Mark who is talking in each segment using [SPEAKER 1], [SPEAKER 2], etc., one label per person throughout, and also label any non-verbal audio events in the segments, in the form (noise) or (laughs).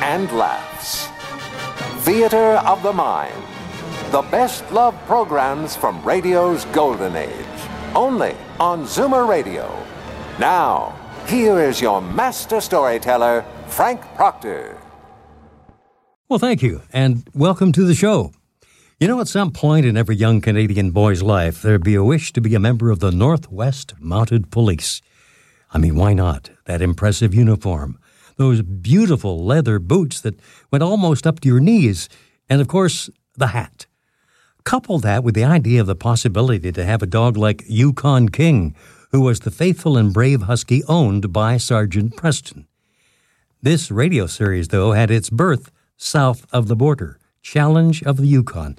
[SPEAKER 1] and laughs. Theater of the Mind. The best love programs from radio's golden age. Only on Zoomer Radio. Now, here is your master storyteller, Frank Proctor.
[SPEAKER 2] Well, thank you, and welcome to the show. You know, at some point in every young Canadian boy's life, there'd be a wish to be a member of the Northwest Mounted Police. I mean, why not? That impressive uniform, those beautiful leather boots that went almost up to your knees, and of course, the hat. Couple that with the idea of the possibility to have a dog like Yukon King, who was the faithful and brave husky owned by Sergeant Preston. This radio series, though, had its birth south of the border. Challenge of the Yukon.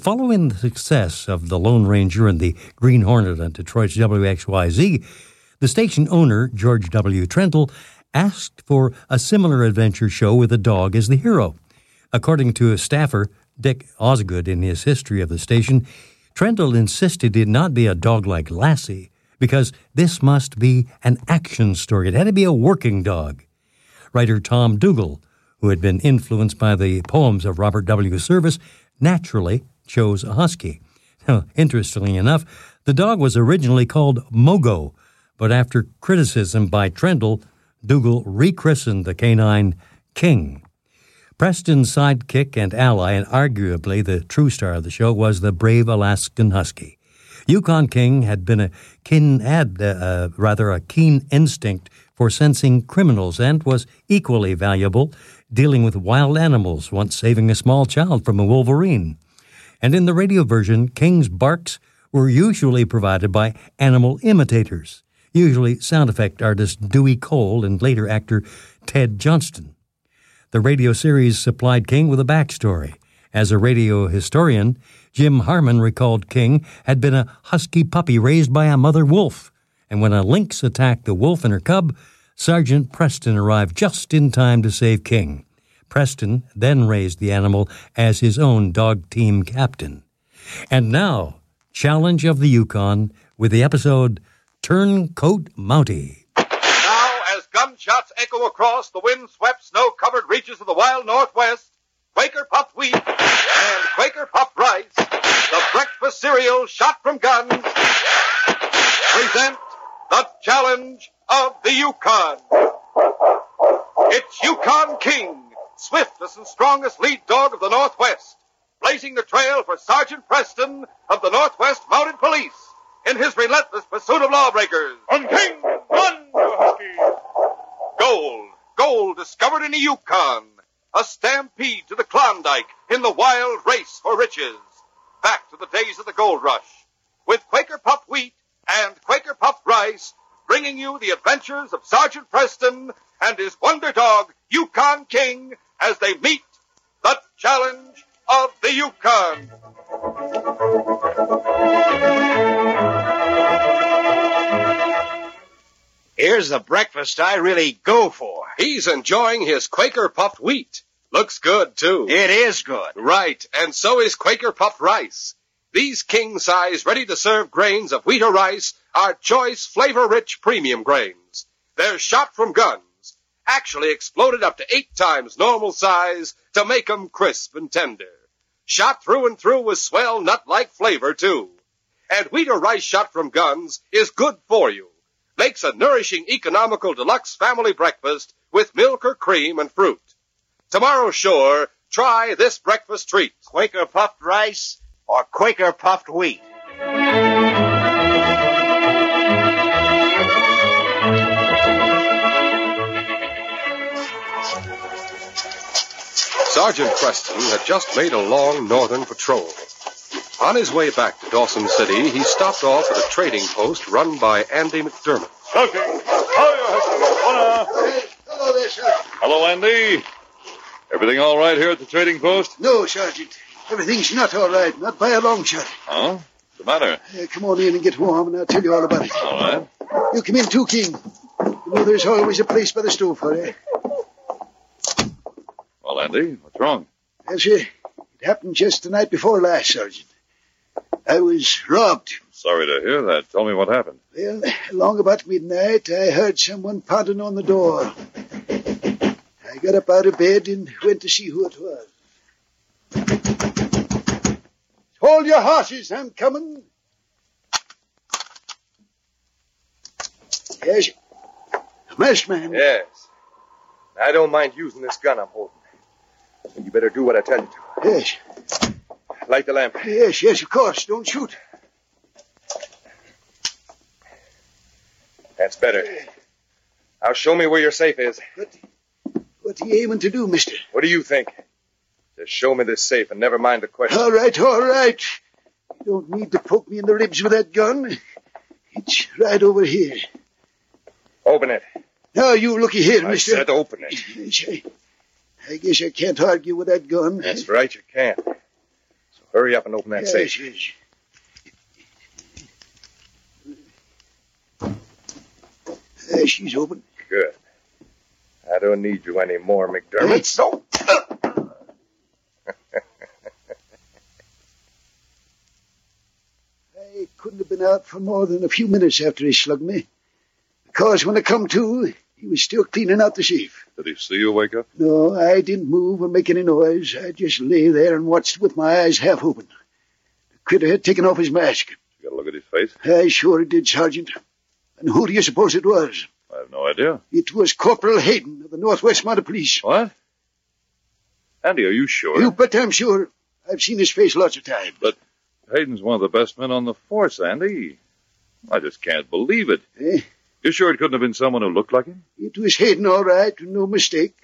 [SPEAKER 2] Following the success of The Lone Ranger and The Green Hornet on Detroit's WXYZ, the station owner, George W. Trendle, asked for a similar adventure show with a dog as the hero. According to a staffer, Dick Osgood, in his history of the station, Trendle insisted it not be a dog like Lassie, because this must be an action story. It had to be a working dog. Writer Tom Dougal, who had been influenced by the poems of Robert W. Service, naturally chose a husky. Now, interestingly enough, the dog was originally called Mogo, but after criticism by Trendle, Dougal rechristened the canine King. Preston's sidekick and ally, and arguably the true star of the show, was the brave Alaskan Husky. Yukon King had been a keen, had uh, uh, rather a keen instinct for sensing criminals and was equally valuable dealing with wild animals, once saving a small child from a wolverine. And in the radio version, King's barks were usually provided by animal imitators, usually sound effect artist Dewey Cole and later actor Ted Johnston. The radio series supplied King with a backstory. As a radio historian, Jim Harmon recalled King had been a husky puppy raised by a mother wolf, and when a lynx attacked the wolf and her cub, Sergeant Preston arrived just in time to save King. Preston then raised the animal as his own dog team captain. And now, Challenge of the Yukon with the episode Turncoat Mountie.
[SPEAKER 3] Now, as gunshots echo across the wind-swept, snow-covered reaches of the wild Northwest, Quaker puffed wheat and Quaker puffed rice, the breakfast cereal shot from guns, present the challenge of the Yukon. It's Yukon King, swiftest and strongest lead dog of the Northwest, blazing the trail for Sergeant Preston of the Northwest Mounted Police in his relentless pursuit of lawbreakers. On King, run, you husky! Gold, gold discovered in the Yukon, a stampede to the Klondike in the wild race for riches. Back to the days of the gold rush, with Quaker puffed wheat and Quaker puffed rice bringing you the adventures of Sergeant Preston and his wonder dog, Yukon King, as they meet the challenge of the Yukon.
[SPEAKER 4] Here's the breakfast I really go for.
[SPEAKER 5] He's enjoying his Quaker puffed wheat. Looks good, too.
[SPEAKER 4] It is good.
[SPEAKER 5] Right, and so is Quaker puffed rice. These king size, ready to serve grains of wheat or rice are choice, flavor rich premium grains. They're shot from guns, actually exploded up to eight times normal size to make 'em crisp and tender. Shot through and through with swell nut like flavor, too. And wheat or rice shot from guns is good for you. Makes a nourishing, economical deluxe family breakfast with milk or cream and fruit. Tomorrow, sure, try this breakfast treat.
[SPEAKER 4] Quaker puffed rice or Quaker puffed wheat.
[SPEAKER 5] Sergeant Preston had just made a long northern patrol. On his way back to Dawson City, he stopped off at a trading post run by Andy McDermott.
[SPEAKER 3] Shouting, fire,
[SPEAKER 6] Hello, Andy. Everything all right here at the trading post?
[SPEAKER 7] No, Sergeant. Everything's not all right. Not by a long shot.
[SPEAKER 6] Huh? What's the matter?
[SPEAKER 7] Uh, come on in and get warm, and I'll tell you all about it.
[SPEAKER 6] All right.
[SPEAKER 7] You come in too, King. You know there's always a place by the stove for you.
[SPEAKER 6] Well, Andy, what's wrong?
[SPEAKER 7] Elsie, it happened just the night before last, Sergeant. I was robbed.
[SPEAKER 6] Sorry to hear that. Tell me what happened.
[SPEAKER 7] Well, long about midnight, I heard someone pounding on the door. I got up out of bed and went to see who it was. Hold your horses, I'm coming. Yes. Masked man.
[SPEAKER 5] Yes. I don't mind using this gun I'm holding. You better do what I tell you to.
[SPEAKER 7] Yes.
[SPEAKER 5] Light the lamp.
[SPEAKER 7] Yes, yes, of course. Don't shoot.
[SPEAKER 5] That's better. Now show me where your safe is.
[SPEAKER 7] What are you aiming to do, mister?
[SPEAKER 5] What do you think? Just show me this safe and never mind the question.
[SPEAKER 7] All right, all right. You don't need to poke me in the ribs with that gun. It's right over here.
[SPEAKER 5] Open it.
[SPEAKER 7] Now, you looky here,
[SPEAKER 5] I
[SPEAKER 7] mister.
[SPEAKER 5] said open it.
[SPEAKER 7] Yes, I, I guess I can't argue with that gun.
[SPEAKER 5] That's right, you can. So hurry up and open that
[SPEAKER 7] yes,
[SPEAKER 5] safe.
[SPEAKER 7] yes. There, she's open.
[SPEAKER 5] Good. I don't need you anymore, McDermott.
[SPEAKER 7] Hey.
[SPEAKER 5] So
[SPEAKER 7] I couldn't have been out for more than a few minutes after he slugged me. Because when I come to, he was still cleaning out the safe.
[SPEAKER 6] Did he see you wake up?
[SPEAKER 7] No, I didn't move or make any noise. I just lay there and watched with my eyes half open. The critter had taken off his mask.
[SPEAKER 6] You got a look at his face?
[SPEAKER 7] I sure did, Sergeant. And who do you suppose it was?
[SPEAKER 6] I have no idea.
[SPEAKER 7] It was Corporal Hayden of the Northwest Mounted Police.
[SPEAKER 6] What? Andy, are you sure?
[SPEAKER 7] You bet I'm sure. I've seen his face lots of times.
[SPEAKER 6] Hayden's one of the best men on the force, Andy. I just can't believe it.
[SPEAKER 7] Eh?
[SPEAKER 6] You sure it couldn't have been someone who looked like him?
[SPEAKER 7] It was Hayden, all right, no mistake.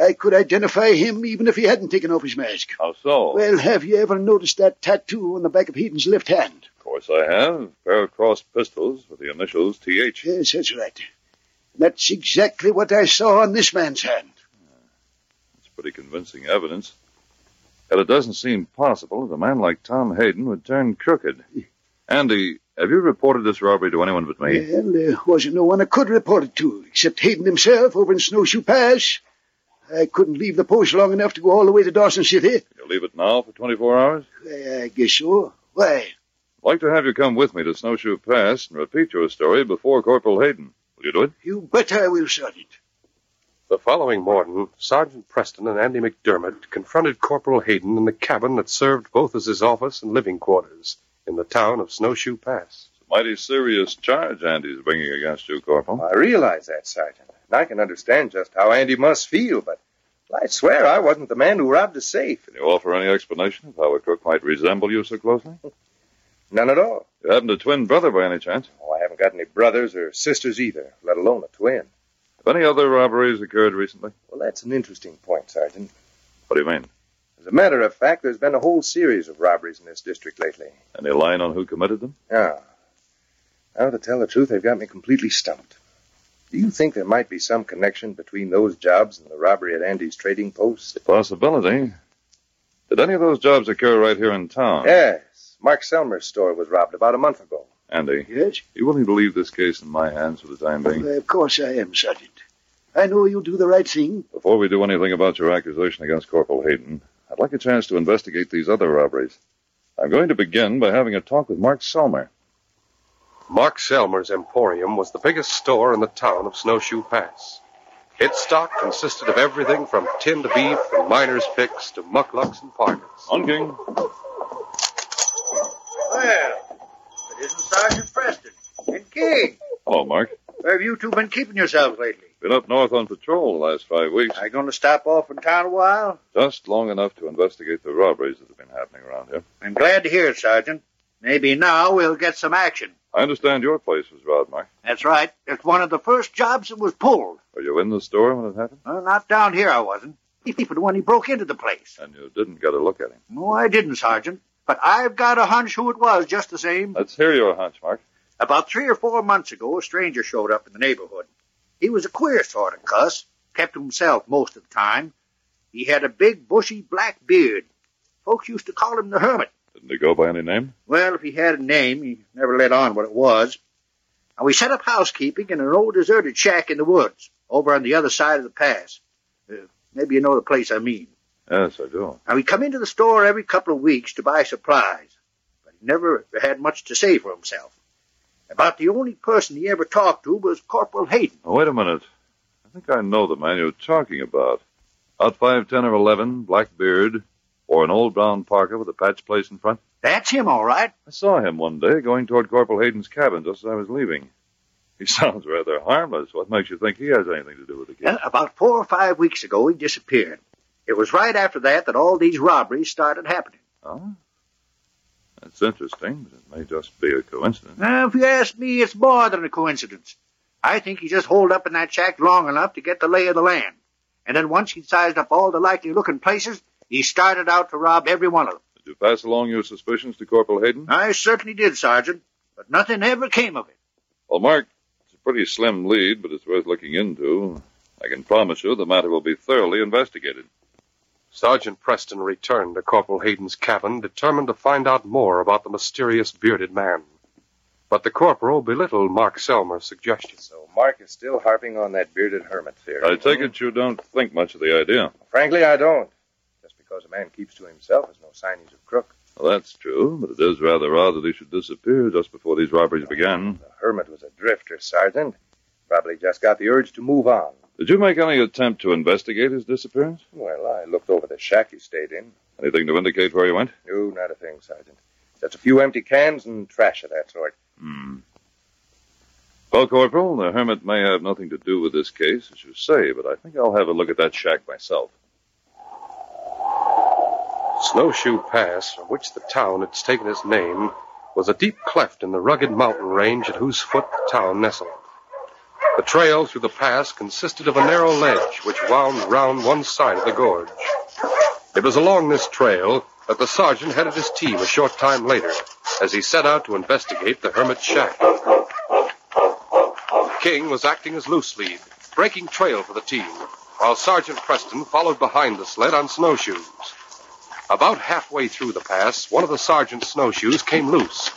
[SPEAKER 7] I could identify him even if he hadn't taken off his mask.
[SPEAKER 6] How so?
[SPEAKER 7] Well, have you ever noticed that tattoo on the back of Hayden's left hand?
[SPEAKER 6] of course I have. A pair of crossed pistols with the initials TH.
[SPEAKER 7] Yes, that's right. That's exactly what I saw on this man's hand.
[SPEAKER 6] It's pretty convincing evidence. Yet it doesn't seem possible that a man like Tom Hayden would turn
[SPEAKER 7] (laughs)
[SPEAKER 6] crooked. Andy, have you reported this robbery to anyone but me?
[SPEAKER 7] Well, there wasn't no one I could report it to, except Hayden himself over in Snowshoe Pass. I couldn't leave the post long enough to go all the way to Dawson City.
[SPEAKER 6] You'll leave it now for 24 hours?
[SPEAKER 7] I I guess so. Why?
[SPEAKER 6] I'd like to have you come with me to Snowshoe Pass and repeat your story before Corporal Hayden. Will you do it?
[SPEAKER 7] You bet I will, Sergeant.
[SPEAKER 5] The following morning, Sergeant Preston and Andy McDermott confronted Corporal Hayden in the cabin that served both as his office and living quarters in the town of Snowshoe Pass.
[SPEAKER 6] It's a mighty serious charge Andy's bringing against you, Corporal.
[SPEAKER 5] I realize that, Sergeant, and I can understand just how Andy must feel, but I swear I wasn't the man who robbed the safe.
[SPEAKER 6] Can you offer any explanation of how a crook might resemble you so closely?
[SPEAKER 5] None at all.
[SPEAKER 6] You haven't a twin brother by any chance?
[SPEAKER 5] Oh, I haven't got any brothers or sisters either, let alone a twin.
[SPEAKER 6] Have any other robberies occurred recently?
[SPEAKER 5] Well, that's an interesting point, Sergeant.
[SPEAKER 6] What do you mean?
[SPEAKER 5] As a matter of fact, there's been a whole series of robberies in this district lately.
[SPEAKER 6] Any line on who committed them?
[SPEAKER 5] Ah. Now, to tell the truth, they've got me completely stumped. Do you think there might be some connection between those jobs and the robbery at Andy's trading post?
[SPEAKER 6] Possibility. Did any of those jobs occur right here in town?
[SPEAKER 5] Yes. Mark Selmer's store was robbed about a month ago.
[SPEAKER 6] Andy,
[SPEAKER 7] Yes?
[SPEAKER 6] you willing to leave this case in my hands for the time being?
[SPEAKER 7] Why, of course I am, Sergeant. I know you'll do the right thing.
[SPEAKER 6] Before we do anything about your accusation against Corporal Hayden, I'd like a chance to investigate these other robberies. I'm going to begin by having a talk with Mark Selmer.
[SPEAKER 5] Mark Selmer's Emporium was the biggest store in the town of Snowshoe Pass. Its stock consisted of everything from tinned beef and miners' picks to mucklucks and parkas.
[SPEAKER 6] On King.
[SPEAKER 4] Well, it isn't Sergeant Preston. And King,
[SPEAKER 6] Hello, Mark.
[SPEAKER 4] where have you two been keeping yourselves lately?
[SPEAKER 6] Been up north on patrol the last five weeks,
[SPEAKER 4] Are you going to stop off in town a while?
[SPEAKER 6] just long enough to investigate the robberies that have been happening around here.
[SPEAKER 4] I'm glad to hear it, Sergeant. Maybe now we'll get some action.
[SPEAKER 6] I understand your place was robbed, Mark.
[SPEAKER 4] That's right. It's one of the first jobs that was pulled.
[SPEAKER 6] Were you in the store when it happened?
[SPEAKER 4] Well, not down here, I wasn't. (laughs) But when he broke into the place.
[SPEAKER 6] And you didn't get a look at him.
[SPEAKER 4] No, I didn't, Sergeant. But I've got a hunch who it was, just the same.
[SPEAKER 6] Let's hear your hunch, Mark.
[SPEAKER 4] About three or four months ago, a stranger showed up in the neighborhood. He was a queer sort of cuss. kept to himself most of the time. He had a big, bushy black beard. Folks used to call him the Hermit.
[SPEAKER 6] Didn't he go by any name?
[SPEAKER 4] Well, if he had a name, he never let on what it was. And we set up housekeeping in an old deserted shack in the woods, over on the other side of the pass. Uh, maybe you know the place I mean.
[SPEAKER 6] Yes, I do.
[SPEAKER 4] And he'd come into the store every couple of weeks to buy supplies, but he never had much to say for himself. About the only person he ever talked to was Corporal Hayden.
[SPEAKER 6] Now, wait a minute. I think I know the man you're talking about. Out five, ten, or eleven, black beard, or an old brown parka with a patch place in front.
[SPEAKER 4] That's him, all right.
[SPEAKER 6] I saw him one day going toward Corporal Hayden's cabin just as I was leaving. He (laughs) sounds rather harmless. What makes you think he has anything to do with the case?
[SPEAKER 4] Well, about four or five weeks ago, he disappeared. It was right after that that all these robberies started happening.
[SPEAKER 6] Huh? That's interesting, but it may just be a coincidence.
[SPEAKER 4] Now, if you ask me, it's more than a coincidence. I think he just holed up in that shack long enough to get the lay of the land. And then once he sized up all the likely looking places, he started out to rob every one of them.
[SPEAKER 6] Did you pass along your suspicions to Corporal Hayden?
[SPEAKER 4] I certainly did, Sergeant, but nothing ever came of it.
[SPEAKER 6] Well, Mark, it's a pretty slim lead, but it's worth looking into. I can promise you the matter will be thoroughly investigated.
[SPEAKER 5] Sergeant Preston returned to Corporal Hayden's cabin, determined to find out more about the mysterious bearded man. But the corporal belittled Mark Selmer's suggestion.
[SPEAKER 8] So Mark is still harping on that bearded hermit theory.
[SPEAKER 6] I take it you don't think much of the idea.
[SPEAKER 8] Frankly, I don't. Just because a man keeps to himself is no sign he's a crook.
[SPEAKER 6] Well, that's true, but it is rather odd that he should disappear just before these robberies began.
[SPEAKER 8] The hermit was a drifter, Sergeant. Probably just got the urge to move on.
[SPEAKER 6] Did you make any attempt to investigate his disappearance?
[SPEAKER 8] Well, I looked over the shack he stayed in.
[SPEAKER 6] Anything to indicate where he went?
[SPEAKER 8] No, not a thing, Sergeant. Just a few empty cans and trash of that sort.
[SPEAKER 6] Hmm. Well, Corporal, the hermit may have nothing to do with this case, as you say, but I think I'll have a look at that shack myself.
[SPEAKER 5] Snowshoe Pass, from which the town had taken its name, was a deep cleft in the rugged mountain range at whose foot the town nestled. The trail through the pass consisted of a narrow ledge which wound round one side of the gorge. It was along this trail that the sergeant headed his team a short time later as he set out to investigate the hermit's shack. King was acting as loose lead, breaking trail for the team, while Sergeant Preston followed behind the sled on snowshoes. About halfway through the pass, one of the sergeant's snowshoes came loose.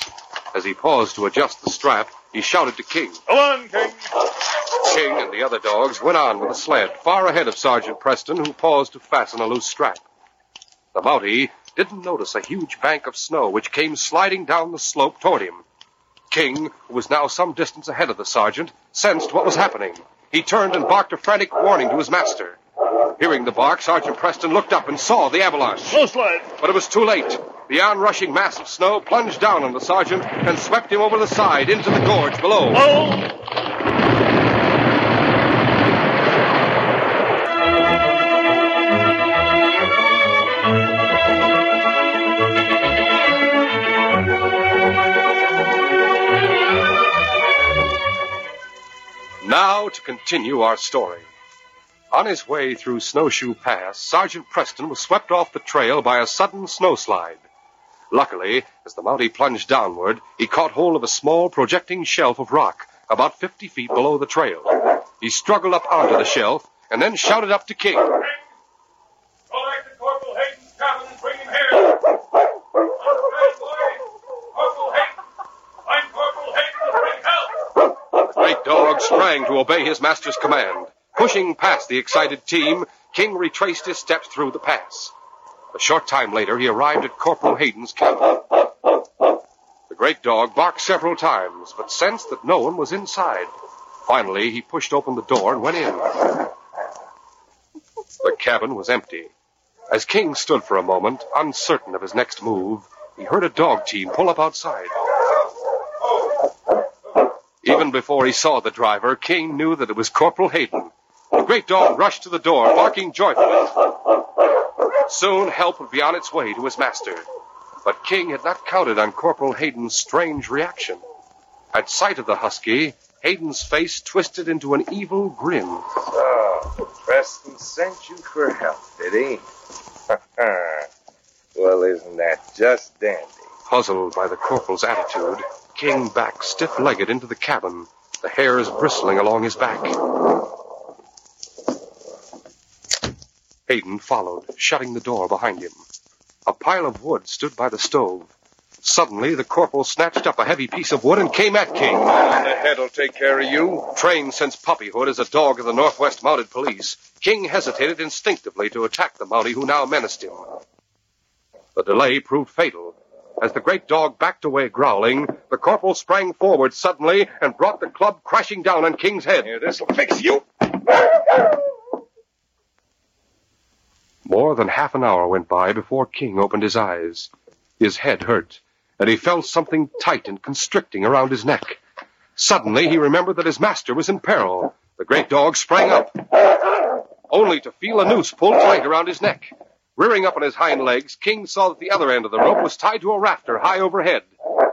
[SPEAKER 5] As he paused to adjust the strap, he shouted to King.
[SPEAKER 9] Come on, King.
[SPEAKER 5] King and the other dogs went on with the sled, far ahead of Sergeant Preston, who paused to fasten a loose strap. The Mountie didn't notice a huge bank of snow which came sliding down the slope toward him. King, who was now some distance ahead of the sergeant, sensed what was happening. He turned and barked a frantic warning to his master. Hearing the bark, Sergeant Preston looked up and saw the avalanche.
[SPEAKER 9] Slow slide.
[SPEAKER 5] But it was too late. The onrushing mass of snow plunged down on the sergeant and swept him over the side into the gorge below.
[SPEAKER 9] Oh,
[SPEAKER 5] Now to continue our story. On his way through Snowshoe Pass, Sergeant Preston was swept off the trail by a sudden snowslide. Luckily, as the Mountie plunged downward, he caught hold of a small projecting shelf of rock about 50 feet below the trail. He struggled up onto the shelf and then shouted up to King.
[SPEAKER 9] King. Go back to Corporal Hayden's cabin and bring him here. Understand, boys? Corporal Hayden. Find Corporal Hayden and bring help.
[SPEAKER 5] Great dog sprang to obey his master's command. Pushing past the excited team, King retraced his steps through the pass. A short time later, he arrived at Corporal Hayden's cabin. The great dog barked several times, but sensed that no one was inside. Finally, he pushed open the door and went in. The cabin was empty. As King stood for a moment, uncertain of his next move, he heard a dog team pull up outside. Even before he saw the driver, King knew that it was Corporal Hayden. The great dog rushed to the door, barking joyfully. Soon help would be on its way to his master. But King had not counted on Corporal Hayden's strange reaction. At sight of the husky, Hayden's face twisted into an evil grin.
[SPEAKER 8] So, Oh, Preston sent you for help, did he? (laughs) well, isn't that just dandy?
[SPEAKER 5] Puzzled by the corporal's attitude, King backed stiff legged into the cabin, the hairs bristling along his back. Hayden followed, shutting the door behind him. A pile of wood stood by the stove. Suddenly, the corporal snatched up a heavy piece of wood and came at King.
[SPEAKER 10] The head will take care of you.
[SPEAKER 5] Trained since puppyhood as a dog of the Northwest Mounted Police, King hesitated instinctively to attack the Mountie who now menaced him. The delay proved fatal. As the great dog backed away growling, the corporal sprang forward suddenly and brought the club crashing down on King's head.
[SPEAKER 10] Here, this'll fix you.
[SPEAKER 5] More than half an hour went by before King opened his eyes. His head hurt, and he felt something tight and constricting around his neck. Suddenly, he remembered that his master was in peril. The great dog sprang up, only to feel a noose pulled tight around his neck. Rearing up on his hind legs, King saw that the other end of the rope was tied to a rafter high overhead.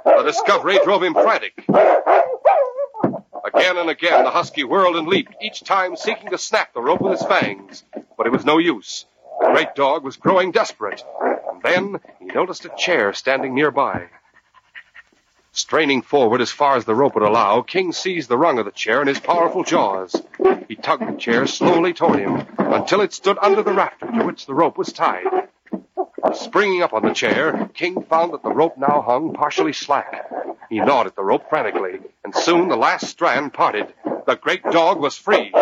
[SPEAKER 5] The discovery drove him frantic. Again and again, the husky whirled and leaped, each time seeking to snap the rope with his fangs. But it was no use. The great dog was growing desperate. And then he noticed a chair standing nearby. Straining forward as far as the rope would allow, King seized the rung of the chair in his powerful jaws. He tugged the chair slowly toward him until it stood under the rafter to which the rope was tied. Springing up on the chair, King found that the rope now hung partially slack. He gnawed at the rope frantically, and soon the last strand parted. The great dog was free.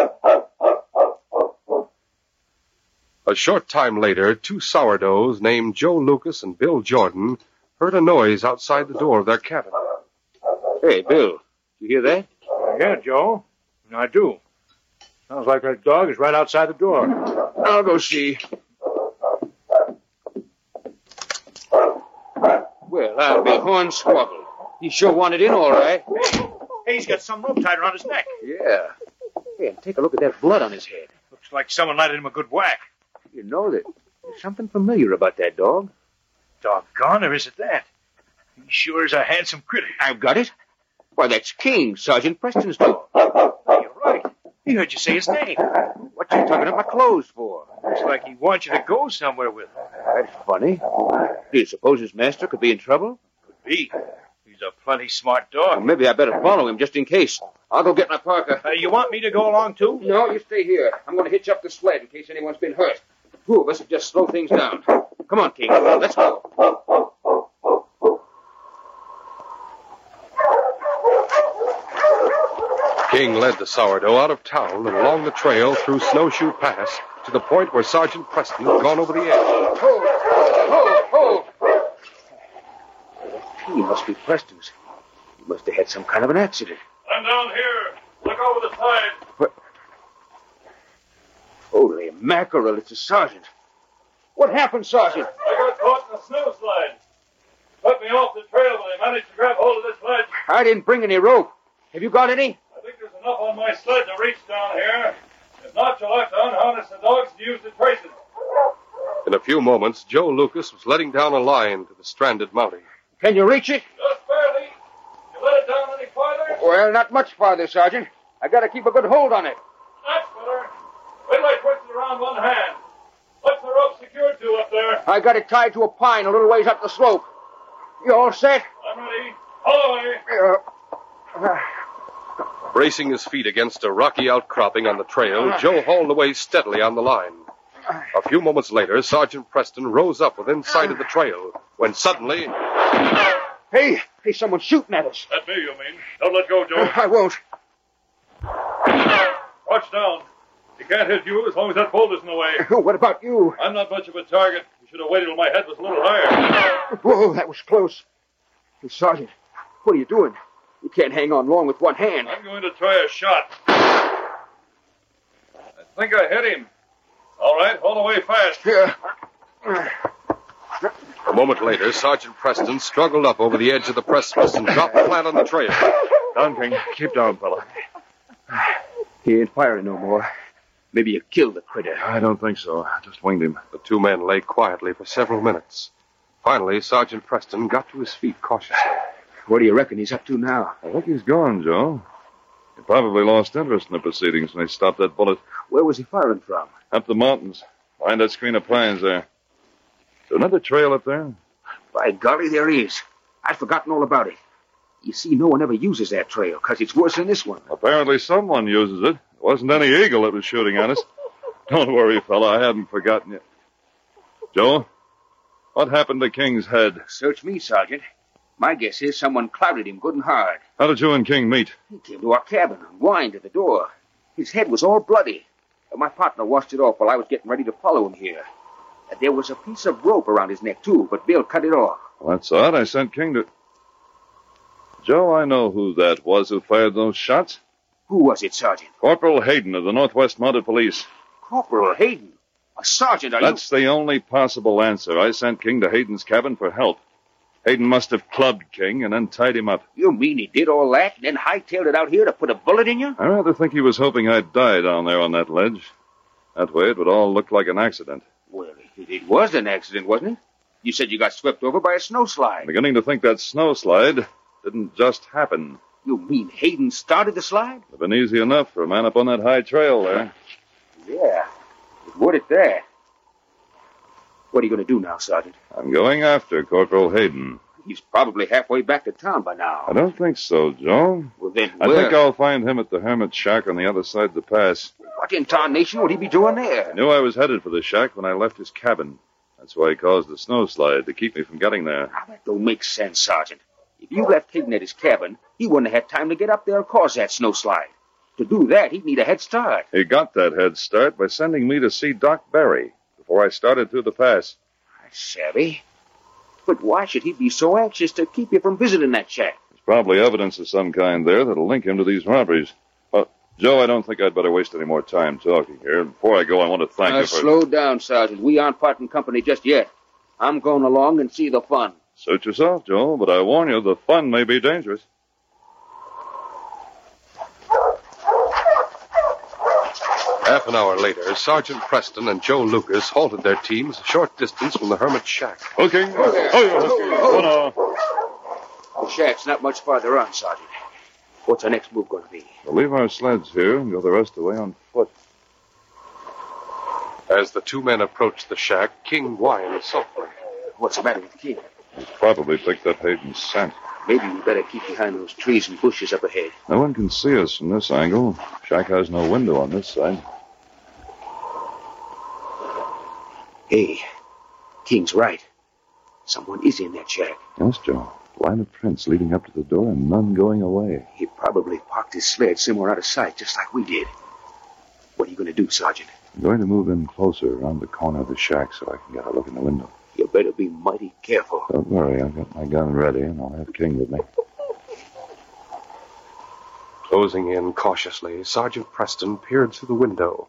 [SPEAKER 5] A short time later, two sourdoughs named Joe Lucas and Bill Jordan heard a noise outside the door of their cabin.
[SPEAKER 11] Hey, Bill, you hear that?
[SPEAKER 12] Yeah, Joe. I do. Sounds like that dog is right outside the door.
[SPEAKER 11] I'll go see. Well, I'll be hornswoggled. He sure wanted in, all right.
[SPEAKER 12] Hey, he's got some rope tied around his neck.
[SPEAKER 11] Yeah. Hey, and take a look at that blood on his head.
[SPEAKER 12] Looks like someone lighted him a good whack.
[SPEAKER 11] You know that there's something familiar about that dog.
[SPEAKER 12] Doggone, or is it that? He sure is a handsome critter.
[SPEAKER 11] I've got it. Why, that's King, Sergeant Preston's dog.
[SPEAKER 12] You're right. He heard you say his name.
[SPEAKER 11] What you tugging up my clothes for?
[SPEAKER 12] Looks like he wants you to go somewhere with him.
[SPEAKER 11] That's funny. Do you suppose his master could be in trouble?
[SPEAKER 12] Could be. He's a plenty smart dog.
[SPEAKER 11] Well, maybe I better follow him just in case. I'll go get my parka.
[SPEAKER 12] Uh, you want me to go along too?
[SPEAKER 11] No, you stay here. I'm going to hitch up the sled in case anyone's been hurt. Two of us will just slow things down. Come on, King. Let's go.
[SPEAKER 5] King led the sourdough out of town and along the trail through Snowshoe Pass to the point where Sergeant Preston had gone over the edge.
[SPEAKER 11] Hold, hold, hold. That key must be Preston's. He must have had some kind of an accident.
[SPEAKER 9] I'm down here. Look over the side.
[SPEAKER 11] Holy mackerel, it's a sergeant. What happened, Sergeant?
[SPEAKER 9] I got caught in a snow slide. Cut me off the trail, but I managed to grab hold of this ledge.
[SPEAKER 11] I didn't bring any rope. Have you got any?
[SPEAKER 9] I think there's enough on my sled to reach down here. If not, you'll have to unharness the dogs and use the traces.
[SPEAKER 5] In a few moments, Joe Lucas was letting down a line to the stranded Mountie.
[SPEAKER 11] Can you reach it?
[SPEAKER 9] Just barely. You let it down any farther?
[SPEAKER 11] Well, not much farther, Sergeant. I gotta keep a good hold on it.
[SPEAKER 9] That's better. Wait till I twist it around one hand. What's the rope secured to up there?
[SPEAKER 11] I got it tied to a pine a little ways up the slope. You all set?
[SPEAKER 9] I'm ready. eh? Haul away.
[SPEAKER 11] Yeah. Uh,
[SPEAKER 5] Bracing his feet against a rocky outcropping on the trail, Joe hauled away steadily on the line. A few moments later, Sergeant Preston rose up within sight of the trail when suddenly.
[SPEAKER 11] Hey, hey, someone's shooting at
[SPEAKER 12] Uh,
[SPEAKER 11] us.
[SPEAKER 9] At me, you mean. Don't let go, Joe.
[SPEAKER 11] Uh, (laughs) I won't.
[SPEAKER 9] Watch down. He can't hit you as long as that boulder's in the way.
[SPEAKER 11] (laughs) What about you?
[SPEAKER 9] I'm not much of a target. You should have waited till my head was a little higher.
[SPEAKER 11] Whoa, that was close. Hey, Sergeant, what are you doing? You can't hang on long with one hand.
[SPEAKER 9] I'm going to try a shot. I think I hit him. All right, hold away fast.
[SPEAKER 11] Yeah.
[SPEAKER 5] A moment later, Sergeant Preston struggled up over the edge of the precipice and dropped flat on the trail.
[SPEAKER 8] Down, King. Keep down, fella.
[SPEAKER 11] He ain't firing no more. Maybe you killed the critter.
[SPEAKER 8] I don't think so. I just winged him.
[SPEAKER 5] The two men lay quietly for several minutes. Finally, Sergeant Preston got to his feet cautiously.
[SPEAKER 11] What do you reckon he's up to now?
[SPEAKER 6] I think he's gone, Joe. He probably lost interest in the proceedings when he stopped that bullet.
[SPEAKER 11] Where was he firing from?
[SPEAKER 6] Up the mountains, behind that screen of pines there. Is there another trail up there?
[SPEAKER 11] By golly, there is. I'd forgotten all about it. You see, no one ever uses that trail, 'cause it's worse than this one. (laughs)
[SPEAKER 6] Apparently someone uses it. It wasn't any eagle that was shooting at us. Don't worry, fella. I haven't forgotten you. Joe, what happened to King's head?
[SPEAKER 11] Search me, Sergeant. My guess is someone clouted him good and hard.
[SPEAKER 6] How did you and King meet?
[SPEAKER 11] He came to our cabin and whined at the door. His head was all bloody. My partner washed it off while I was getting ready to follow him here. There was a piece of rope around his neck, too, but Bill cut it off.
[SPEAKER 6] Well, that's odd. I sent King to. Joe, I know who that was who fired those shots.
[SPEAKER 11] Who was it, Sergeant?
[SPEAKER 6] Corporal Hayden of the Northwest Mounted Police.
[SPEAKER 11] Corporal Hayden? A sergeant, are
[SPEAKER 6] That's the only possible answer. I sent King to Hayden's cabin for help. Hayden must have clubbed King and then tied him up.
[SPEAKER 11] you... You mean he did all that and then hightailed it out here to put a bullet in you?
[SPEAKER 6] I rather think he was hoping I'd die down there on that ledge. That way it would all look like an accident.
[SPEAKER 11] Well, it it was an accident, wasn't it? You said you got swept over by a snowslide.
[SPEAKER 6] I'm beginning to think that snow slide didn't just happen.
[SPEAKER 11] You mean Hayden started the slide?
[SPEAKER 6] It'd been easy enough for a man up on that high trail there.
[SPEAKER 11] Yeah. It would at that. What are you going to do now, Sergeant?
[SPEAKER 6] I'm going after Corporal Hayden.
[SPEAKER 11] He's probably halfway back to town by now.
[SPEAKER 6] I don't think so, Joe.
[SPEAKER 11] Well, then
[SPEAKER 6] I
[SPEAKER 11] where-
[SPEAKER 6] think I'll find him at the Hermit Shack on the other side of the pass.
[SPEAKER 11] What in tarnation would he be doing there?
[SPEAKER 6] I knew I was headed for the shack when I left his cabin. That's why he caused the snow slide, to keep me from getting there.
[SPEAKER 11] That Ah, don't make sense, Sergeant. If you left Hayden at his cabin, he wouldn't have had time to get up there and cause that snowslide. To do that, he'd need a head start.
[SPEAKER 6] He got that head start by sending me to see Doc Barry before I started through the pass.
[SPEAKER 11] Savvy? But why should he be so anxious to keep you from visiting that shack?
[SPEAKER 6] There's probably evidence of some kind there that'll link him to these robberies. But, Joe, I don't think I'd better waste any more time talking here. Before I go, I want to thank
[SPEAKER 11] Now,
[SPEAKER 6] you for
[SPEAKER 11] Uh, slow down, Sergeant. We aren't parting company just yet. I'm going along and see the fun.
[SPEAKER 6] Suit yourself, Joe, but I warn you, the fun may be dangerous.
[SPEAKER 5] Half an hour later, Sergeant Preston and Joe Lucas halted their teams a short distance from the hermit's shack.
[SPEAKER 6] Okay. Oh,
[SPEAKER 11] The shack's not much farther on, Sergeant. What's our next move going to be?
[SPEAKER 6] We'll leave our sleds here and go the rest of the way on foot.
[SPEAKER 5] As the two men approached the shack, King whined softly.
[SPEAKER 11] What's the matter with King?
[SPEAKER 6] Probably picked up Hayden's scent.
[SPEAKER 11] Maybe we better keep behind those trees and bushes up ahead.
[SPEAKER 6] No one can see us from this angle. Shack has no window on this side.
[SPEAKER 11] Hey, King's right. Someone is in that shack.
[SPEAKER 6] Yes, Joe. Line of prints leading up to the door and none going away.
[SPEAKER 11] He probably parked his sled somewhere out of sight, just like we did. What are you going to do, Sergeant?
[SPEAKER 6] I'm going to move in closer around the corner of the shack so I can get a look in the window.
[SPEAKER 11] You better be mighty careful.
[SPEAKER 6] Don't worry, I've got my gun ready and I'll have King with me.
[SPEAKER 5] Closing in cautiously, Sergeant Preston peered through the window.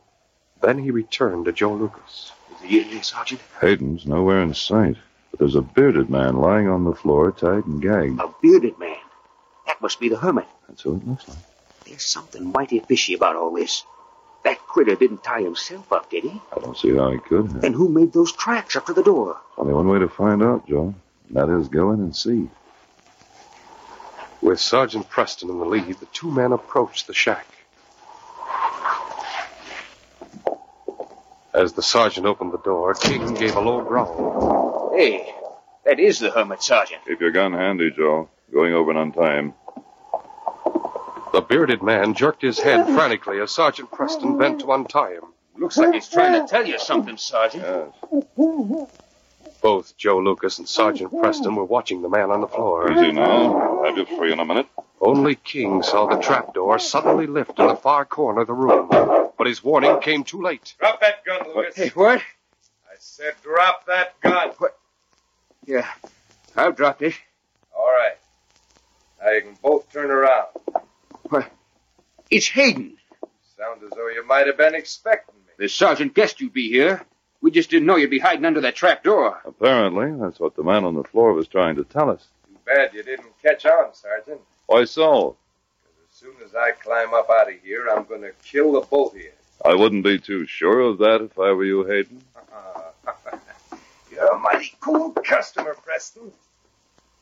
[SPEAKER 5] Then he returned to Joe Lucas.
[SPEAKER 11] Is he in there, Sergeant?
[SPEAKER 6] Hayden's nowhere in sight, but there's a bearded man lying on the floor, tied and gagged.
[SPEAKER 11] A bearded man. That must be the hermit.
[SPEAKER 6] That's who it looks like.
[SPEAKER 11] There's something mighty fishy about all this. That critter didn't tie himself up, did he?
[SPEAKER 6] I don't see how he could have.
[SPEAKER 11] Then who made those tracks up to the door?
[SPEAKER 6] Only one way to find out, Joe. and That is go in and see.
[SPEAKER 5] With Sergeant Preston in the lead, the two men approached the shack. As the sergeant opened the door, King gave a low growl.
[SPEAKER 11] Hey, that is the hermit, Sergeant.
[SPEAKER 6] Keep your gun handy, Joe. Going over and untying.
[SPEAKER 5] The bearded man jerked his head frantically as Sergeant Preston bent to untie him.
[SPEAKER 11] Looks like he's trying to tell you something, Sergeant.
[SPEAKER 5] Both Joe Lucas and Sergeant Preston were watching the man on the floor.
[SPEAKER 6] Easy now. I'll have you free in a minute.
[SPEAKER 5] Only King saw the trapdoor suddenly lift in the far corner of the room, but his warning came too late.
[SPEAKER 10] Drop that gun, Lucas.
[SPEAKER 11] Hey, what?
[SPEAKER 10] I said drop that gun.
[SPEAKER 11] Yeah, I've dropped it.
[SPEAKER 10] All right. Now you can both turn around.
[SPEAKER 11] It's Hayden.
[SPEAKER 10] Sounds as though you might have been expecting.
[SPEAKER 11] The sergeant guessed you'd be here. We just didn't know you'd be hiding under that trap door.
[SPEAKER 6] Apparently, that's what the man on the floor was trying to tell us.
[SPEAKER 10] Too bad you didn't catch on, Sergeant.
[SPEAKER 6] Why so?
[SPEAKER 10] As soon as I climb up out of here, I'm going to kill the both of you.
[SPEAKER 6] I wouldn't be too sure of that if I were you, Hayden.
[SPEAKER 10] You're a mighty cool customer, Preston.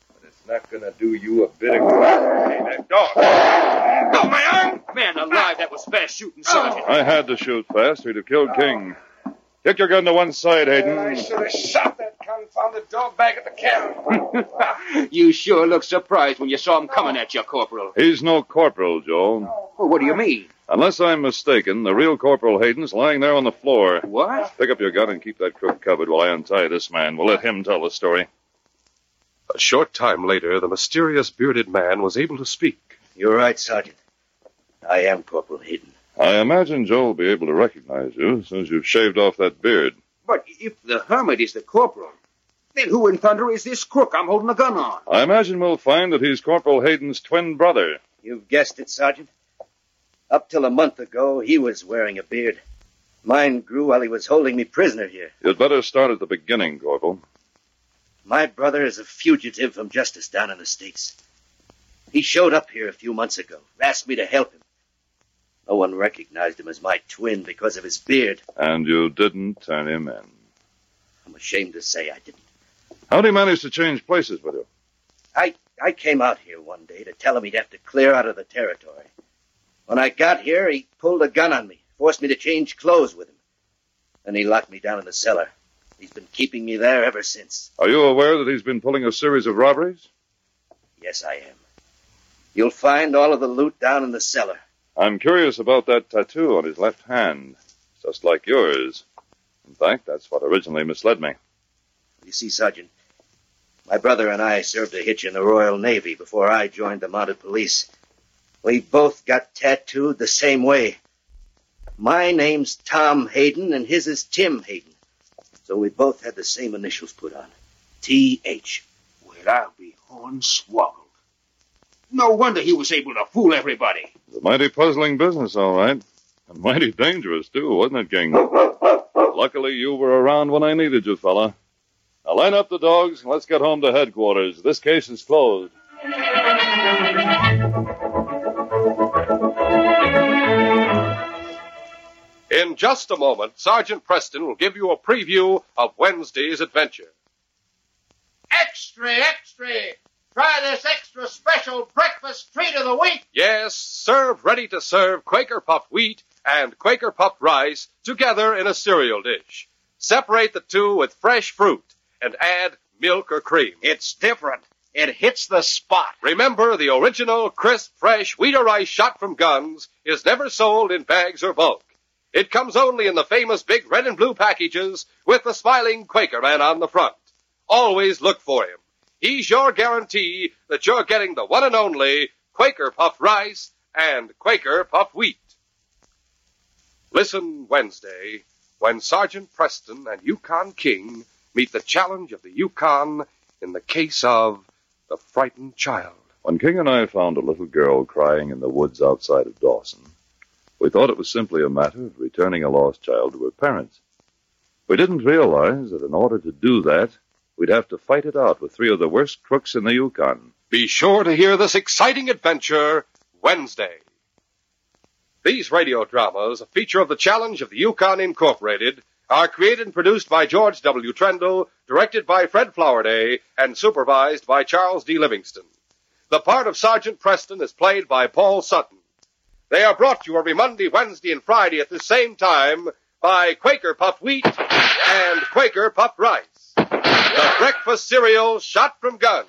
[SPEAKER 10] But it's not going to do you a bit of good. Hey, that dog. Oh, my arm!
[SPEAKER 11] Man alive, that was fast shooting, Sergeant.
[SPEAKER 6] I had to shoot fast, or he'd have killed King. Kick your gun to one side, Hayden.
[SPEAKER 10] I should have shot that confounded dog back at the cabin.
[SPEAKER 11] Oh. You sure look surprised when you saw him coming at you, Corporal.
[SPEAKER 6] He's no corporal, Joe.
[SPEAKER 11] Well, what do you mean?
[SPEAKER 6] Unless I'm mistaken, the real Corporal Hayden's lying there on the floor.
[SPEAKER 11] What?
[SPEAKER 6] Pick up your gun and keep that crook covered while I untie this man. We'll let him tell the story.
[SPEAKER 5] A short time later, the mysterious bearded man was able to speak.
[SPEAKER 13] You're right, Sergeant. I am Corporal Hayden.
[SPEAKER 6] I imagine Joe will be able to recognize you as soon as you've shaved off that beard.
[SPEAKER 11] But if the hermit is the corporal, then who in thunder is this crook I'm holding a gun on?
[SPEAKER 6] I imagine we'll find that he's Corporal Hayden's twin brother.
[SPEAKER 13] You've guessed it, Sergeant. Up till a month ago, he was wearing a beard. Mine grew while he was holding me prisoner here.
[SPEAKER 6] You'd better start at the beginning, Corporal.
[SPEAKER 13] My brother is a fugitive from justice down in the States. He showed up here a few months ago, asked me to help him. No one recognized him as my twin because of his beard.
[SPEAKER 6] And you didn't turn him in.
[SPEAKER 13] I'm ashamed to say I didn't.
[SPEAKER 6] How'd he manage to change places with you?
[SPEAKER 13] I, I came out here one day to tell him he'd have to clear out of the territory. When I got here, he pulled a gun on me, forced me to change clothes with him. Then he locked me down in the cellar. He's been keeping me there ever since.
[SPEAKER 6] Are you aware that he's been pulling a series of robberies?
[SPEAKER 13] Yes, I am. You'll find all of the loot down in the cellar.
[SPEAKER 6] I'm curious about that tattoo on his left hand, just like yours. In fact, that's what originally misled me.
[SPEAKER 13] You see, Sergeant, my brother and I served a hitch in the Royal Navy before I joined the Mounted Police. We both got tattooed the same way. My name's Tom Hayden, and his is Tim Hayden. So we both had the same initials put on T.H.
[SPEAKER 11] Well, I'll be hornswoggled. No wonder he was able to fool everybody.
[SPEAKER 6] It's a mighty puzzling business, all right. And mighty dangerous, too, wasn't it, King? Luckily, you were around when I needed you, fella. Now line up the dogs and let's get home to headquarters. This case is closed.
[SPEAKER 5] In just a moment, Sergeant Preston will give you a preview of Wednesday's adventure.
[SPEAKER 4] Extra, extra! Try this extra special breakfast treat of the week.
[SPEAKER 5] Yes, serve ready to serve Quaker puffed wheat and Quaker puffed rice together in a cereal dish. Separate the two with fresh fruit and add milk or cream. It's different. It hits the spot. Remember, the original crisp, fresh wheat or rice shot from guns is never sold in bags or bulk. It comes only in the famous big red and blue packages with the smiling Quaker man on the front. Always look for him. He's your guarantee that you're getting the one and only Quaker puffed rice and Quaker puffed wheat. Listen Wednesday when Sergeant Preston and Yukon King meet the challenge of the Yukon in the case of the frightened child.
[SPEAKER 6] When King and I found a little girl crying in the woods outside of Dawson, we thought it was simply a matter of returning a lost child to her parents. We didn't realize that in order to do that, we'd have to fight it out with three of the worst crooks in the Yukon.
[SPEAKER 5] Be sure to hear this exciting adventure Wednesday. These radio dramas, a feature of the Challenge of the Yukon Incorporated, are created and produced by George W. Trendle, directed by Fred Flowerday, and supervised by Charles D. Livingston. The part of Sergeant Preston is played by Paul Sutton. They are brought to you every Monday, Wednesday, and Friday at the same time by Quaker Puffed Wheat and Quaker Puffed Rice. The breakfast cereal shot from gun.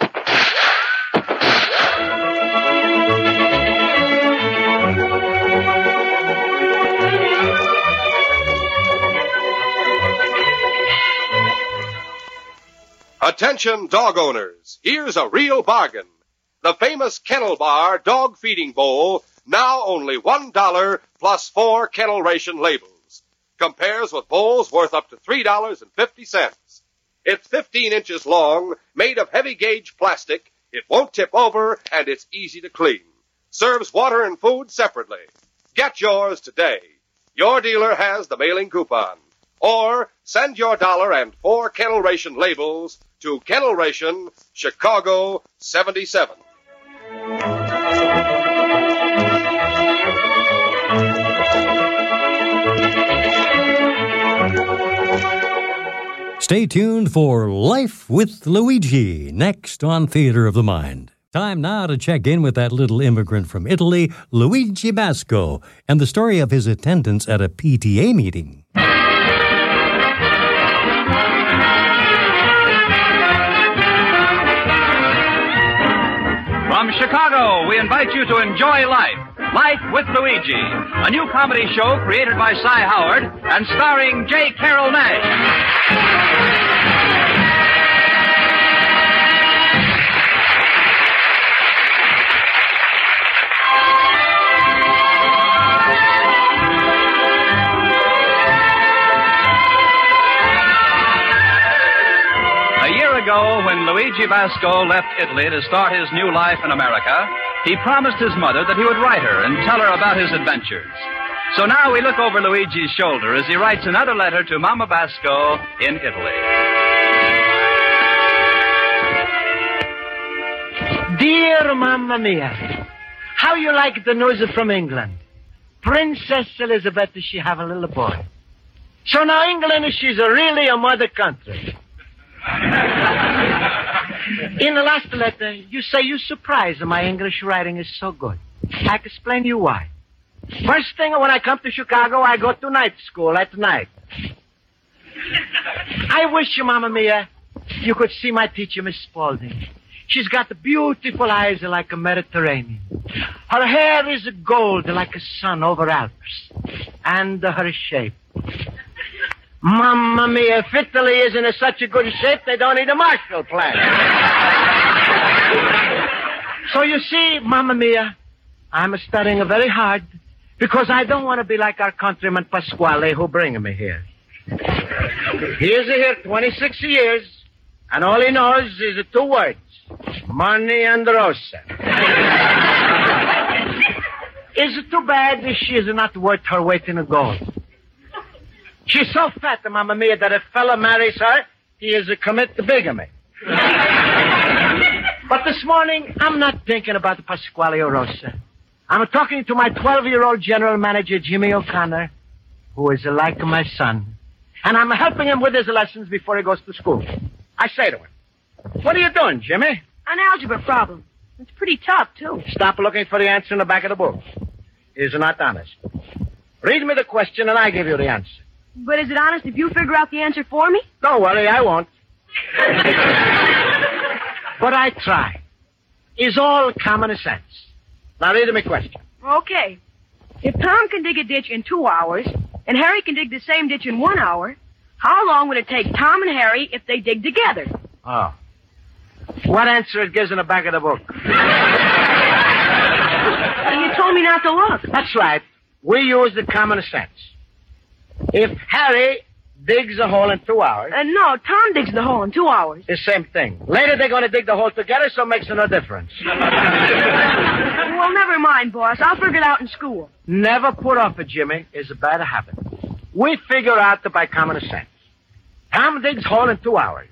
[SPEAKER 5] Attention, dog owners. Here's a real bargain. The famous Kennel Bar dog feeding bowl, now only $1 plus four kennel ration labels. Compares with bowls worth up to $3.50. It's 15 inches long, made of heavy gauge plastic. It won't tip over, and it's easy to clean. Serves water and food separately. Get yours today. Your dealer has the mailing coupon. Or send your dollar and four kennel ration labels to Kennel Ration, Chicago 77.
[SPEAKER 2] Stay tuned for Life with Luigi next on Theater of the Mind. Time now to check in with that little immigrant from Italy, Luigi Basco, and the story of his attendance at a PTA meeting.
[SPEAKER 14] From Chicago, we invite you to enjoy life. Life with Luigi, a new comedy show created by Cy Howard and starring J. Carol Nash. A year ago, when Luigi Vasco left Italy to start his new life in America, he promised his mother that he would write her and tell her about his adventures. So now we look over Luigi's shoulder as he writes another letter to Mama Vasco in Italy.
[SPEAKER 15] Dear Mamma Mia, how you like the news from England? Princess Elizabeth, she have a little boy. So now England, she's a really a mother country. In the last letter, you say you surprised my English writing is so good. I can explain you why. First thing, when I come to Chicago, I go to night school at night. I wish you, Mamma Mia, you could see my teacher, Miss Spaulding. She's got beautiful eyes like a Mediterranean. Her hair is gold like a sun over Alps. And her shape. Mamma mia, if Italy isn't in such a good shape, they don't need a Marshall Plan. so you see, Mamma mia, I'm studying very hard because I don't want to be like our countryman Pasquale who bring me here. He is here 26 years, and all he knows is two words. Money and Rosa. Is it too bad that she is not worth her weight in gold? She's so fat, Mamma Mia, that if fella marries her, he is a commit to bigamy. but this morning, I'm not thinking about Pasquale or Rosa. I'm talking to my 12-year-old general manager, Jimmy O'Connor, who is like my son. And I'm helping him with his lessons before he goes to school. I say to him, what are you doing, Jimmy?
[SPEAKER 16] An algebra problem. It's pretty tough, too.
[SPEAKER 15] Stop looking for the answer in the back of the book. It's not honest. Read me the question and I give you the answer.
[SPEAKER 16] But is it honest if you figure out the answer for me?
[SPEAKER 15] Don't worry, I won't. But I try. It's all common sense. Now read me question.
[SPEAKER 16] Okay. If Tom can dig a ditch in two hours, and Harry can dig the same ditch in one hour, how long would it take Tom and Harry if they dig together?
[SPEAKER 15] Oh. What answer it gives in the back of the book?
[SPEAKER 16] you told me not to look.
[SPEAKER 15] That's right. We use the common sense. If Harry digs a hole in two hours,
[SPEAKER 16] Uh, no, Tom digs the hole in two hours.
[SPEAKER 15] the same thing. Later they're going to dig the hole together, so it makes no difference.
[SPEAKER 16] well, never mind, boss. I'll figure it out in school.
[SPEAKER 15] Never put off a Jimmy is a bad habit. We figure out by common sense. Tom digs hole in two hours.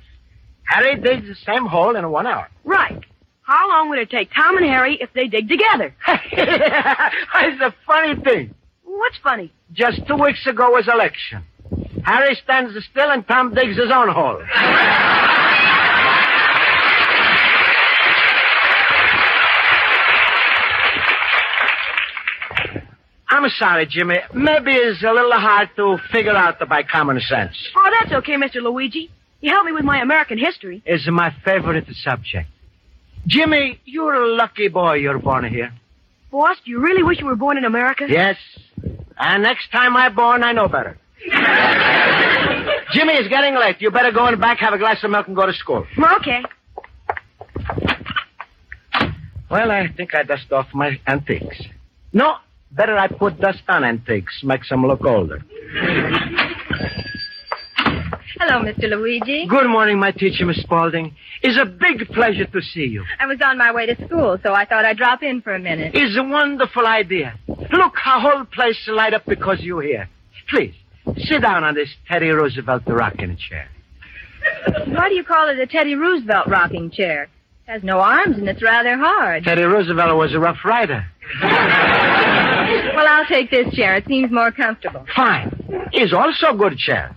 [SPEAKER 15] Harry digs the same hole in one hour. (laughs)
[SPEAKER 16] Right. How long would it take Tom and Harry if they dig together? (laughs)
[SPEAKER 15] it's a funny thing.
[SPEAKER 16] What's funny?
[SPEAKER 15] Just two weeks ago was election. Harry stands still and Tom digs his own hole. (laughs) I'm sorry, Jimmy. Maybe it's a little hard to figure out by common sense.
[SPEAKER 16] Oh, that's okay, Mr. Luigi. You helped me with my American history.
[SPEAKER 15] Is my favorite subject. Jimmy, you're a lucky boy you're born here.
[SPEAKER 16] Boss, do you really wish you were born in America?
[SPEAKER 15] Yes. And next time I born, I know better. Jimmy, it's getting late. You better go in back, have a glass of milk, and go to school.
[SPEAKER 16] Okay.
[SPEAKER 15] Well, I think I dust off my antiques. No, better I put dust on antiques, makes them look older.
[SPEAKER 17] Hello, Mr. Luigi.
[SPEAKER 15] Good morning, my teacher, Miss Spaulding. It's a big pleasure to see you.
[SPEAKER 17] I was on my way to school, so I thought I'd drop in for a minute.
[SPEAKER 15] It's a wonderful idea. Look, our whole place light up because you're here. Please, sit down on this Teddy Roosevelt rocking chair.
[SPEAKER 17] Why do you call it a Teddy Roosevelt rocking chair? It has no arms and it's rather hard.
[SPEAKER 15] Teddy Roosevelt was a rough rider.
[SPEAKER 17] Well, I'll take this chair. It seems more comfortable.
[SPEAKER 15] Fine. Is also a good chair.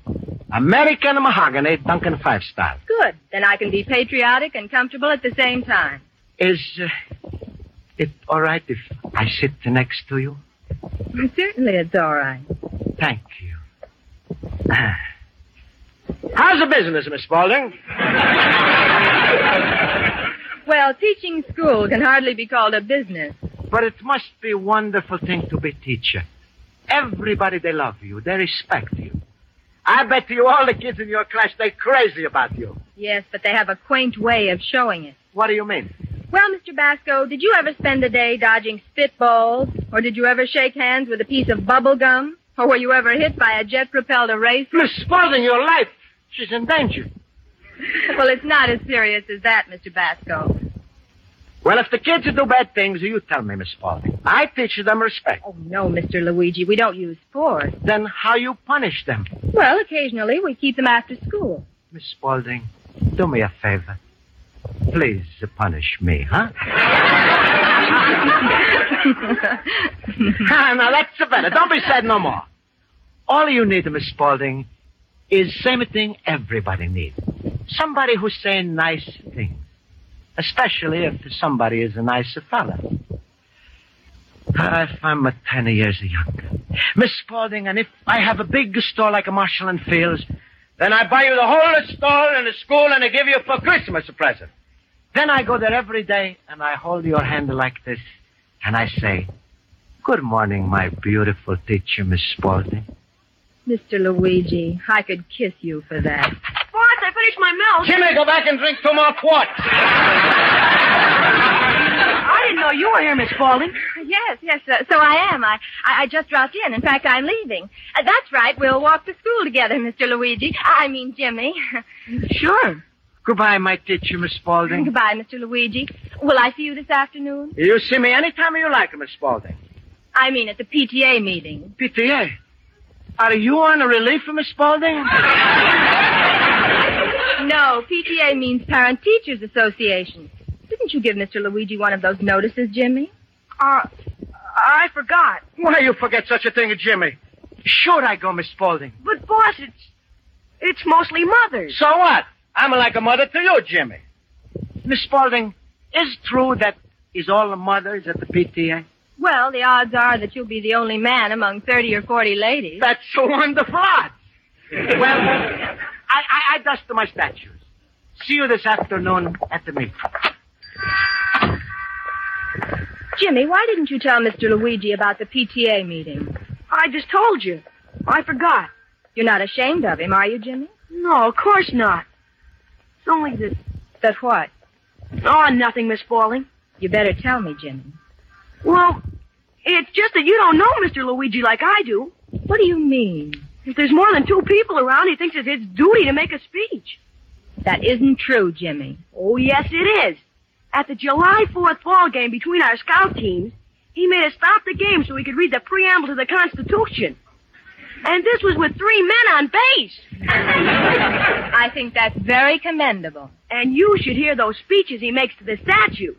[SPEAKER 15] American mahogany, Duncan five style.
[SPEAKER 17] Good. Then I can be patriotic and comfortable at the
[SPEAKER 15] (laughs)
[SPEAKER 17] same time.
[SPEAKER 15] Is uh, it all right if I sit next to you?
[SPEAKER 17] Certainly it's all right.
[SPEAKER 15] Thank you. Ah. How's the business, Miss Spaulding?
[SPEAKER 17] Well, Well, teaching school can hardly be called a business.
[SPEAKER 15] But it must be a wonderful thing to be teacher. Everybody, they love you. They respect you. I bet you all the kids in your class, they crazy about you.
[SPEAKER 17] Yes, but they have a quaint way of showing it.
[SPEAKER 15] What do you mean?
[SPEAKER 17] Well, Mr. Basco, did you ever spend the day dodging spitballs? Or did you ever shake hands with a piece of bubble gum? Or were you ever hit by a jet-propelled eraser?
[SPEAKER 15] You're spoiling your life. She's in danger.
[SPEAKER 17] well, it's not as serious as that, Mr. Basco.
[SPEAKER 15] Well, if the kids do bad things, you tell me, Miss Spalding. I teach them respect.
[SPEAKER 17] Oh, no, Mr. Luigi, we don't use force.
[SPEAKER 15] Then how you punish them?
[SPEAKER 17] Well, occasionally we keep them after school.
[SPEAKER 15] Miss Spalding, do me a favor. Please punish me, huh? (laughs) ah, now that's the better. Don't be sad no more. All you need, Miss Spalding, is same thing everybody needs. Somebody who's saying nice things. Especially if somebody is a nice fella. Ah, If I'm a ten years younger. Miss Spalding, and if I have a big store like a Marshall and Fields, then I buy you the whole store and the school and I give you for Christmas a present. Then I go there every day and I hold your hand like this and I say, Good morning, my beautiful teacher, Miss Spalding.
[SPEAKER 17] Mr. Luigi, I could kiss you for that.
[SPEAKER 16] Boss, I finished my milk.
[SPEAKER 15] Jimmy, go back and drink two more quarts.
[SPEAKER 16] I didn't know you were here, Miss Spaulding.
[SPEAKER 17] Yes, yes, uh, so I am. I, I, I just dropped in. In fact, I'm leaving. Uh, that's right, we'll walk to school together, (laughs) Mr. Luigi. I mean, Jimmy.
[SPEAKER 15] Sure. Goodbye, my teacher, Miss Spalding.
[SPEAKER 17] (laughs) Goodbye, Mr. Luigi. Will I see you this afternoon?
[SPEAKER 15] You see me anytime you like, Miss Spalding.
[SPEAKER 17] I mean, at the PTA meeting.
[SPEAKER 15] PTA? Are you on a relief, Miss Spalding?
[SPEAKER 17] No, PTA means Parent Teachers Association. Didn't you give Mr. Luigi one of those notices, Jimmy?
[SPEAKER 16] Uh, I forgot.
[SPEAKER 15] Why you forget such a thing, Jimmy? Should I go, Miss Spalding?
[SPEAKER 16] But, boss, it's, it's mostly mothers.
[SPEAKER 15] So what? I'm like a mother to you, Jimmy. Miss Spalding, is true that is all the mothers at the PTA?
[SPEAKER 17] Well, the odds are that you'll be the only man among 30 or 40 ladies.
[SPEAKER 15] That's so wonderful. odds. (laughs) well, I, I, I dust my statues. See you this afternoon at the meeting.
[SPEAKER 17] Jimmy, why didn't you tell Mr. Luigi about the PTA meeting?
[SPEAKER 16] I just told you. I forgot.
[SPEAKER 17] You're not ashamed of him, are you, Jimmy?
[SPEAKER 16] No, of course not. It's only that.
[SPEAKER 17] That what?
[SPEAKER 16] Oh, nothing, Miss Spaulding.
[SPEAKER 17] You better tell me, Jimmy.
[SPEAKER 16] Well, it's just that you don't know Mr. Luigi like I do.
[SPEAKER 17] What do you mean?
[SPEAKER 16] If there's more than two people around, he thinks it's his duty to make a speech.
[SPEAKER 17] That isn't true, Jimmy.
[SPEAKER 16] Oh, yes, it is. At the July 4th ball game between our scout teams, he made us stop the game so he could read the preamble to the Constitution. And this was with three men on base.
[SPEAKER 17] (laughs) I think that's very commendable.
[SPEAKER 16] and you should hear those speeches he makes to the statues.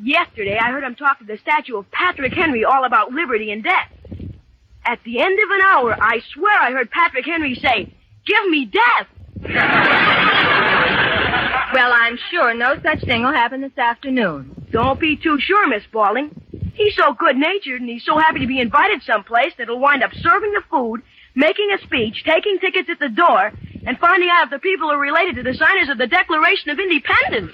[SPEAKER 16] Yesterday, I heard him talk to the statue of Patrick Henry all about liberty and death. At the end of an hour, I swear I heard Patrick Henry say, Give me death!
[SPEAKER 17] Well, I'm sure no such thing will happen this afternoon.
[SPEAKER 16] Don't be too sure, Miss Balling. He's so good-natured and he's so happy to be invited someplace that he'll wind up serving the food, making a speech, taking tickets at the door, and finding out if the people are related to the signers of the Declaration of Independence.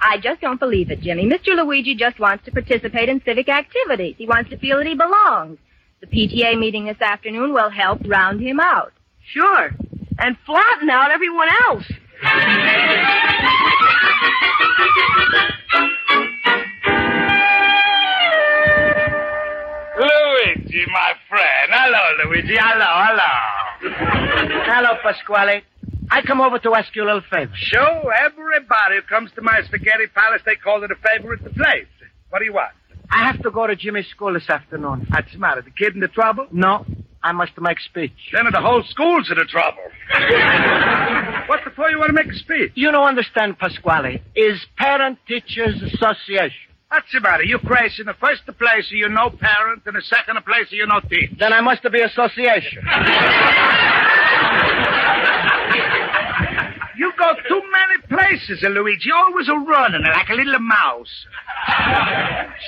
[SPEAKER 17] I just don't believe it, Jimmy. Mr. Luigi just wants to participate in civic activities. He wants to feel that he belongs. The PTA meeting this afternoon will help round him out.
[SPEAKER 16] Sure. And flatten out everyone else.
[SPEAKER 18] Luigi, my friend. Hello, Luigi. Hello, hello.
[SPEAKER 15] Hello, Pasquale. I come over to ask you a little favor.
[SPEAKER 18] Sure, everybody who comes to my spaghetti palace, they call it a favorite the place. What do you want?
[SPEAKER 15] I have to go to Jimmy's school this afternoon.
[SPEAKER 18] What's the matter? The kid in the trouble?
[SPEAKER 15] No, I must make speech.
[SPEAKER 18] Then the whole school's in the trouble. What's the point you want to make a speech?
[SPEAKER 15] You don't understand, Pasquale. Is Parent Teachers Association.
[SPEAKER 18] What's the matter? You crazy in the first place you no parent, and the second place you no teacher.
[SPEAKER 15] Then I must be association.
[SPEAKER 18] You go too many places, Luigi. Always a running like a little mouse.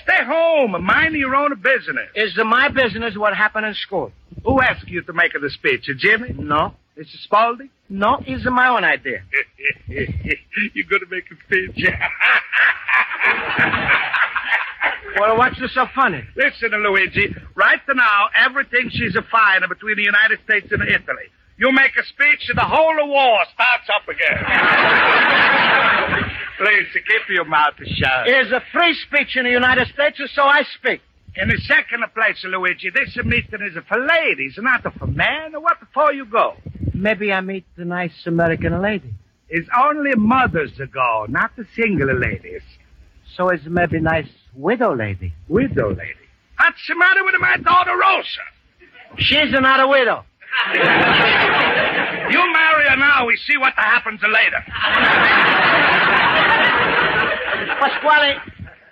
[SPEAKER 18] Stay home and mind your own business.
[SPEAKER 15] Is it my business what happened in school?
[SPEAKER 18] Who asked you to make the speech, Jimmy?
[SPEAKER 15] No.
[SPEAKER 18] Mr. Spalding? (laughs)
[SPEAKER 15] No, it's my own idea.
[SPEAKER 18] You're going to make a speech? (laughs)
[SPEAKER 15] Well, what's so funny?
[SPEAKER 18] Listen, Luigi. Right now, everything she's a fighter between the United States and Italy. You make a speech, and the whole of war starts up again. (laughs) Please, keep your mouth shut.
[SPEAKER 15] Is a free speech in the United States, or so I speak.
[SPEAKER 18] In the second place, Luigi, this meeting is for ladies, not for men. What for you go?
[SPEAKER 15] Maybe I meet the nice American lady.
[SPEAKER 18] It's only mothers go, not the single ladies.
[SPEAKER 15] So is maybe nice widow lady.
[SPEAKER 18] Widow lady? What's the matter with my daughter, Rosa?
[SPEAKER 15] She's not a widow.
[SPEAKER 18] You marry her now, we see what happens later.
[SPEAKER 15] Pasquale,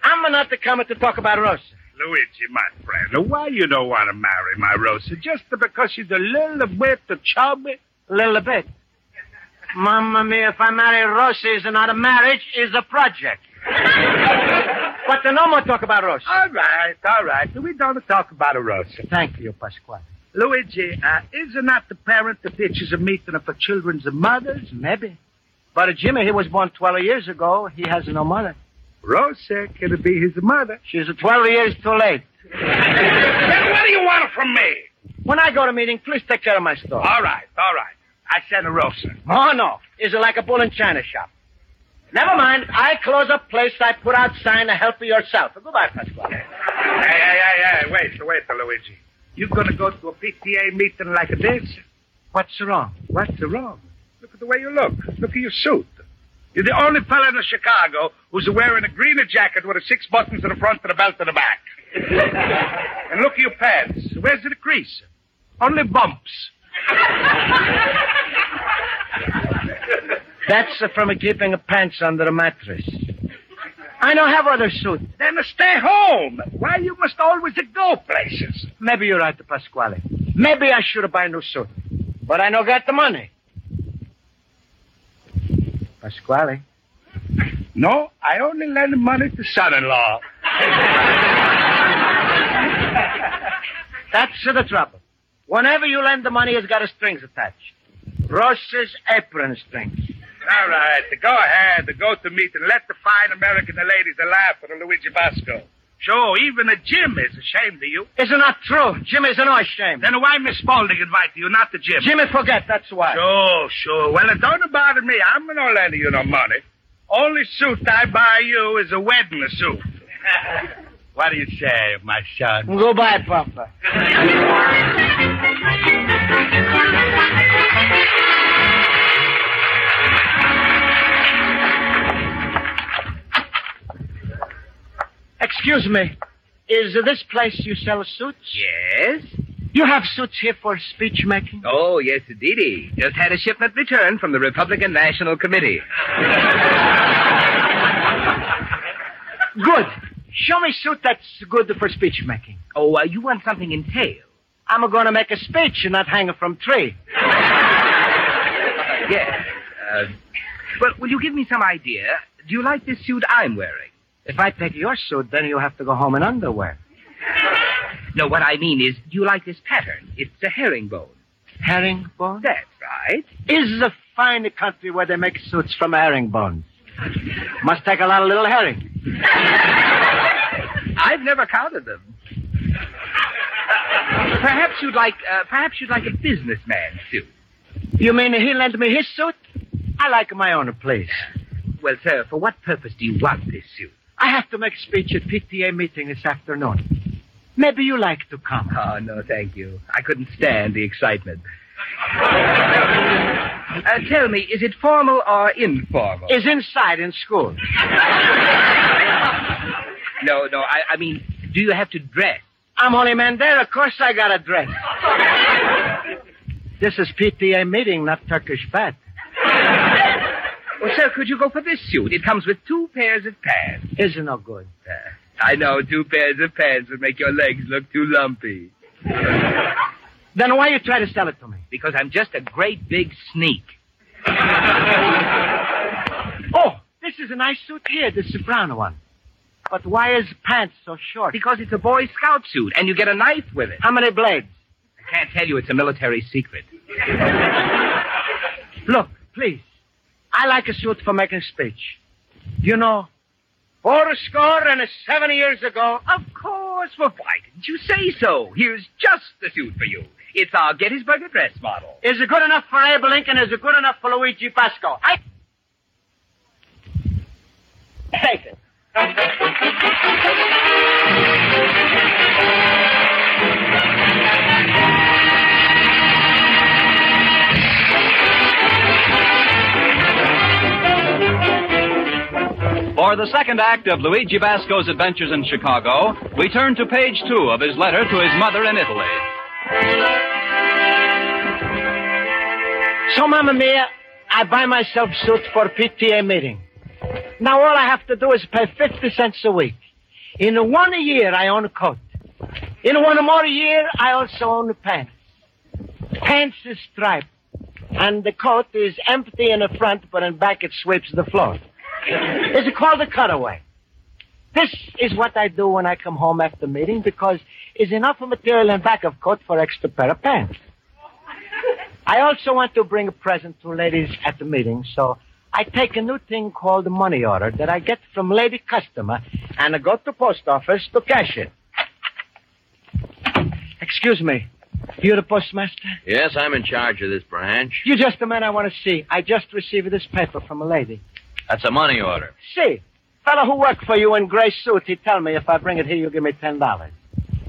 [SPEAKER 15] I'm not the comer to talk about Rosa.
[SPEAKER 18] Luigi, my friend, why you don't want to marry my Rosa? Just because she's a little bit chubby?
[SPEAKER 15] Little bit. Mamma mia, if I marry Rosa, is not a marriage, is a project. but no more talk about Rosa.
[SPEAKER 18] All right, all right. We don't talk about a Rosa.
[SPEAKER 15] Thank you, Pasquale.
[SPEAKER 18] Luigi, uh, is it not the parent that teaches a meeting for children's mothers?
[SPEAKER 15] Maybe. But uh, Jimmy, he was born 12 years ago. He has no mother.
[SPEAKER 18] Rosa could be his mother.
[SPEAKER 15] She's 12 years too late.
[SPEAKER 18] then what do you want from me?
[SPEAKER 15] When I go to meeting, please take care of my stuff.
[SPEAKER 18] All right, all right. I send a Rosa.
[SPEAKER 15] Oh, no. Is it like a bull and china shop? Never mind. I close a place I put out sign to help you yourself. Goodbye, Pasquale. Hey,
[SPEAKER 18] hey, hey, hey. Wait, wait, Luigi. You gonna go to a PTA meeting like this?
[SPEAKER 15] What's wrong?
[SPEAKER 18] What's wrong? Look at the way you look. Look at your suit. You're the only fella in Chicago who's wearing a greener jacket with a six buttons in the front and a belt in
[SPEAKER 15] (laughs)
[SPEAKER 18] the back. and look at your pants. Where's the crease? Only bumps.
[SPEAKER 15] That's uh, from keeping a pants under the mattress. I don't have other suit.
[SPEAKER 18] Then stay home. Why you must always go places?
[SPEAKER 15] Maybe you're right, Pasquale. Maybe I should buy a new suit. But I don't got the money. Pasquale?
[SPEAKER 18] No, I only lend money to son-in-law.
[SPEAKER 15] That's uh, the trouble. Whenever you lend the money, it's got a strings attached. Ross's apron strings.
[SPEAKER 18] All right, go ahead, go to meet and let the fine American ladies laugh for the Luigi Bosco. Sure, even a Jim is ashamed of you.
[SPEAKER 15] It's not true. Jim is not ashamed.
[SPEAKER 18] Then why Miss Spaulding invited you, not the Jim?
[SPEAKER 15] Jimmy forget, that's why.
[SPEAKER 18] Sure, sure. Well, it don't bother me. I'm not lending you no money. Only suit I buy you is a wedding suit. what do you say, my son?
[SPEAKER 15] Goodbye, Papa. Excuse me. Is this place you sell suits?
[SPEAKER 19] Yes.
[SPEAKER 15] You have suits here for speech making?
[SPEAKER 19] Oh, yes, indeedy. Just had a shipment returned from the Republican National Committee.
[SPEAKER 15] good. Show me suit that's good for speech making.
[SPEAKER 19] Oh, uh, you want something in tail?
[SPEAKER 15] I'm going to make a speech and not hang it from tree.
[SPEAKER 19] yes. Uh, but will you give me some idea? Do you like this suit I'm wearing?
[SPEAKER 15] If I take your suit, then you have to go home in underwear.
[SPEAKER 19] No, what I mean is, do you like this pattern? It's a herringbone.
[SPEAKER 15] Herringbone?
[SPEAKER 19] That's right.
[SPEAKER 15] Is the fine country where they make suits from herringbones. Must take a lot of little herring.
[SPEAKER 19] I've never counted them. Perhaps you'd like, uh, perhaps you'd like a businessman's suit.
[SPEAKER 15] You mean he lent me his suit? I like my own, please.
[SPEAKER 19] Well, sir, for what purpose do you want this suit?
[SPEAKER 15] I have to make a speech at PTA meeting this afternoon. Maybe you like to come.
[SPEAKER 19] Oh, no, thank you. I couldn't stand the
[SPEAKER 15] (laughs)
[SPEAKER 19] excitement. uh, tell me, is it formal or informal?
[SPEAKER 15] Is inside in school.
[SPEAKER 19] no, no, I, I, mean, do you have to dress?
[SPEAKER 15] I'm only man there. Of course I gotta dress. this is PTA meeting, not Turkish bath.
[SPEAKER 19] Well, sir, could you go for this suit? It comes with two pairs of pants.
[SPEAKER 15] Isn't no good.
[SPEAKER 19] Uh, I know two pairs of pants would make your legs look too lumpy.
[SPEAKER 15] then why you try to sell it to me?
[SPEAKER 19] Because I'm just a great big sneak.
[SPEAKER 15] (laughs) oh, this is a nice suit here, this brown one. But why is pants so short?
[SPEAKER 19] Because it's a boy scout suit, and you get a knife with it.
[SPEAKER 15] How many blades?
[SPEAKER 19] I can't tell you. It's a military secret.
[SPEAKER 15] look, please. I like a suit for making speech. You know, Four score and a seven years ago.
[SPEAKER 19] Of course, well, why didn't you say so? Here's just the suit for you. It's our Gettysburg Address model.
[SPEAKER 15] Is it good enough for Abe Lincoln? Is it good enough for Luigi Pasco? I. Thank you.
[SPEAKER 14] For the second act of Luigi Vasco's adventures in Chicago, we turn to page two of his letter to his mother in Italy.
[SPEAKER 15] So, Mamma Mia, I buy myself suit for PTA meeting. Now all I have to do is pay 50 cents a week. In one year, I own a coat. In one more year, I also own pants. Pants is striped. And the coat is empty in the front, but in back it sweeps the floor. It's called a cutaway. This is what I do when I come home after meeting because it's enough of material in back of coat for extra pair of pants. I also want to bring a present to ladies at the meeting, so I take a new thing called the money order that I get from lady customer and I go to post office to cash it. Excuse me, you're the postmaster?
[SPEAKER 20] Yes, I'm in charge of this branch.
[SPEAKER 15] You're just the man I want to see. I just received this paper from a lady.
[SPEAKER 20] That's a money order.
[SPEAKER 15] See, fellow who worked for you in gray suit, he tell me if I bring it here, you'll give me ten dollars.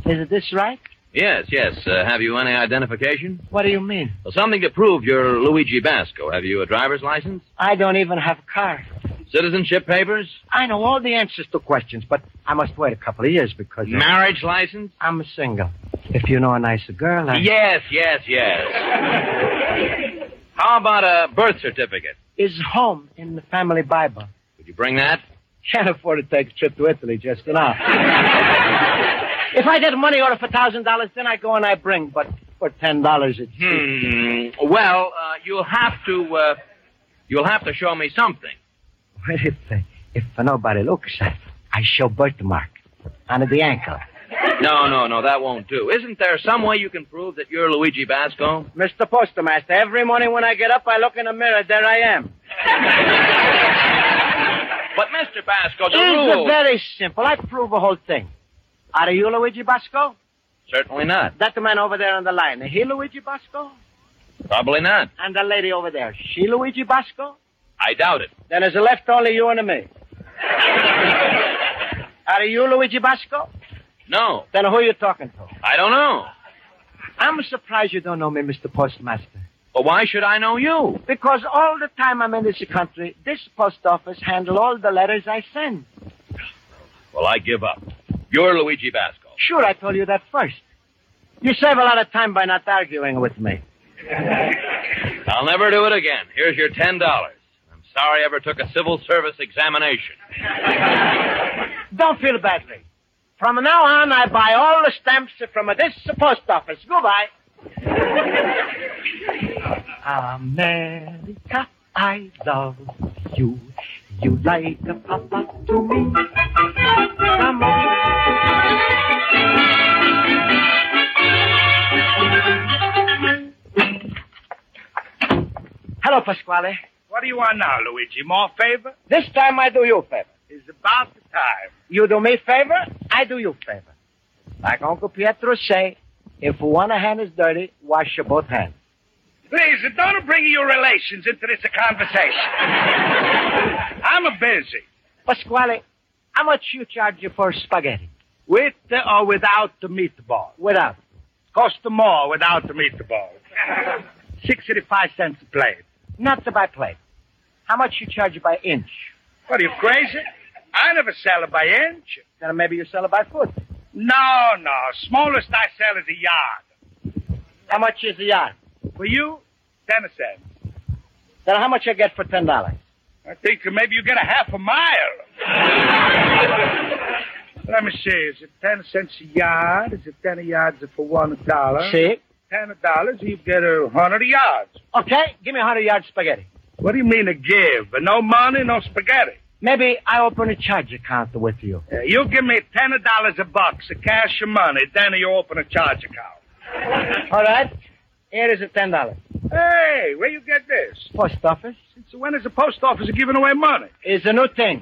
[SPEAKER 15] Is it this right?
[SPEAKER 20] Yes, yes. Uh, have you any identification?
[SPEAKER 15] What do you mean?
[SPEAKER 20] Well, something to prove you're Luigi Basco. Have you a driver's license?
[SPEAKER 15] I don't even have a car.
[SPEAKER 20] Citizenship papers?
[SPEAKER 15] I know all the answers to questions, but I must wait a couple of years because
[SPEAKER 20] Marriage license?
[SPEAKER 15] I'm single. If you know a nicer girl, I...
[SPEAKER 20] Yes, yes, yes. How about a birth certificate?
[SPEAKER 15] is home in the family Bible.
[SPEAKER 20] Would you bring that?
[SPEAKER 15] Can't afford to take a trip to Italy just now.
[SPEAKER 20] (laughs)
[SPEAKER 15] if I get money order for thousand dollars, then I go and I bring. But for ten dollars, it's
[SPEAKER 20] Hmm. Well, uh, you'll have to uh, you'll have to show me something.
[SPEAKER 15] Well, if uh, if nobody looks, I, I show birthmark under the ankle.
[SPEAKER 20] No, no, no, that won't do. Isn't there some way you
[SPEAKER 15] (laughs)
[SPEAKER 20] can prove that you're Luigi Basco?
[SPEAKER 15] Mr. Postmaster, every morning when I get up, I look in the mirror. There I am.
[SPEAKER 20] But Mr. Basco, the
[SPEAKER 15] It's
[SPEAKER 20] rules.
[SPEAKER 15] very simple. I prove the whole thing. Are you Luigi Basco?
[SPEAKER 20] Certainly not.
[SPEAKER 15] That man over there on the line. He Luigi Basco?
[SPEAKER 20] Probably not.
[SPEAKER 15] And the lady over there. She Luigi Basco?
[SPEAKER 20] I doubt it.
[SPEAKER 15] Then there's left only you and me. Are you Luigi Basco?
[SPEAKER 20] No,
[SPEAKER 15] Then who are you talking to?
[SPEAKER 20] I don't know.
[SPEAKER 15] I'm surprised you don't know me, Mr. Postmaster.
[SPEAKER 20] But why should I know you?
[SPEAKER 15] Because all the time I'm in this country, this post office handle all the letters I send.
[SPEAKER 20] Well, I give up. You're Luigi Basco.
[SPEAKER 15] Sure, I told you that first. You save a lot of time by not arguing with me.
[SPEAKER 20] I'll never do it again. Here's your ten dollars. I'm sorry I ever took a civil service examination.
[SPEAKER 15] Don't feel badly. From now on, I buy all the stamps from this post office. Goodbye. America, I love you. You like a papa to me. Come on. Hello, Pasquale.
[SPEAKER 18] What do you want now, Luigi? More favor?
[SPEAKER 15] This time I do you a favor.
[SPEAKER 18] It's about the time.
[SPEAKER 15] You do me favor, I do you favor. Like Uncle Pietro say, if one hand is dirty, wash your both hands.
[SPEAKER 18] Please, don't bring your relations into this conversation. I'm a busy.
[SPEAKER 15] Pasquale, how much you charge you for spaghetti?
[SPEAKER 18] With or without the meatball?
[SPEAKER 15] Without.
[SPEAKER 18] Cost more without the meatball. 65 cents a plate.
[SPEAKER 15] Not to by plate. How much you charge by inch?
[SPEAKER 18] What are you crazy? I never sell it by inch.
[SPEAKER 15] Then maybe you sell it by foot.
[SPEAKER 18] No, no. Smallest I sell is a yard.
[SPEAKER 15] How much is the yard?
[SPEAKER 18] For you, ten cents.
[SPEAKER 15] Then how much I get for ten dollars?
[SPEAKER 18] I think maybe you get a half
[SPEAKER 15] (laughs)
[SPEAKER 18] a mile. Let me see. Is it ten cents a yard? Is it ten yards for one dollar?
[SPEAKER 15] See?
[SPEAKER 18] Ten dollars, you get a hundred yards.
[SPEAKER 15] Okay, give me a hundred yard spaghetti.
[SPEAKER 18] What do you mean a give? No money, no spaghetti.
[SPEAKER 15] Maybe I open a charge account with you.
[SPEAKER 18] Uh, you give me ten dollars a box, a cash of money, then you open a charge account.
[SPEAKER 15] All right. Here is the ten dollars.
[SPEAKER 18] Hey, where you get this?
[SPEAKER 15] Post office.
[SPEAKER 18] Since when is the post office giving away money?
[SPEAKER 15] It's a new thing.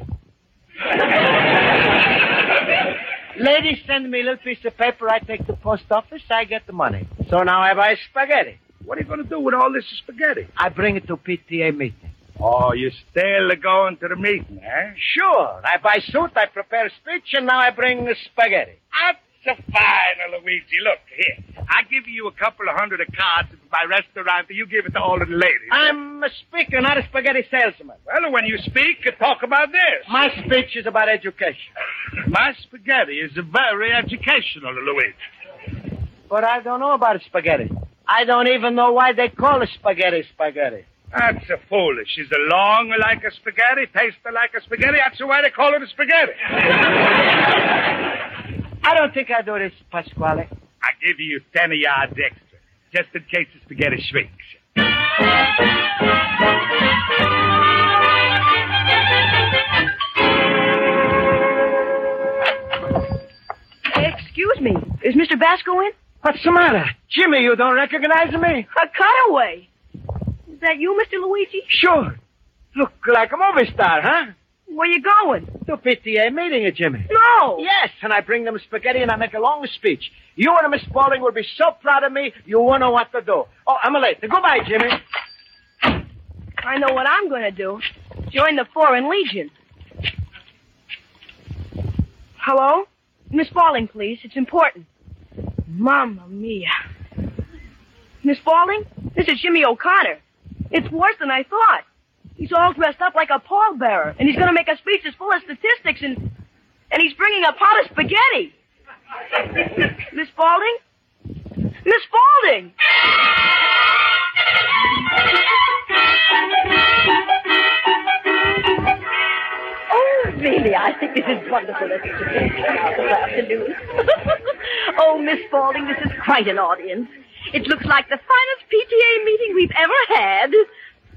[SPEAKER 15] Ladies send me a little piece of paper. I take to post office. I get the money. So now I buy spaghetti.
[SPEAKER 18] What are you going to do with all this spaghetti?
[SPEAKER 15] I bring it to PTA meeting.
[SPEAKER 18] Oh, you're still going to the meeting, eh?
[SPEAKER 15] Sure. I buy suit. I prepare speech, and now I bring the spaghetti.
[SPEAKER 18] That's a fine, Luigi. Look, here. I give you a couple of hundred of cards at my restaurant, and you give it to all of the ladies.
[SPEAKER 15] I'm a speaker, not a spaghetti salesman.
[SPEAKER 18] Well, when you speak, you talk about this.
[SPEAKER 15] My speech is about education.
[SPEAKER 18] My spaghetti is very educational, Luigi.
[SPEAKER 15] But I don't know about spaghetti. I don't even know why they call it spaghetti spaghetti.
[SPEAKER 18] That's a foolish. Is it long like a spaghetti? Taste like a spaghetti? That's the way they call it a spaghetti.
[SPEAKER 15] I don't think I do this, Pasquale.
[SPEAKER 18] I give you ten yards extra, just in case the spaghetti shrinks.
[SPEAKER 16] Excuse me. Is Mr. Basco in?
[SPEAKER 15] What's the matter? Jimmy, you don't recognize me?
[SPEAKER 16] A cutaway. Is that you, Mr. Luigi?
[SPEAKER 15] Sure. Look like a movie star, huh?
[SPEAKER 16] Where you going?
[SPEAKER 15] To PTA meeting at Jimmy.
[SPEAKER 16] No.
[SPEAKER 15] Yes, and I bring them spaghetti and I make a long speech. You and Miss Spaulding will be so proud of me, you won't know what to do. Oh, I'm late. Goodbye, Jimmy.
[SPEAKER 16] I know what I'm gonna do. Join the Foreign Legion. Hello? Miss Falling, please. It's important. Mamma mia. Miss Falling, this is Jimmy O'Connor. It's worse than I thought. He's all dressed up like a pallbearer, and he's gonna make a speech that's full of statistics and and he's bringing a pot of spaghetti. Miss Spaulding? Miss Spaulding!
[SPEAKER 21] Oh, (laughs) really? I think this is wonderful. This afternoon. (laughs) oh, Miss Spaulding, this is quite an audience.
[SPEAKER 17] It looks like the finest PTA meeting we've ever had.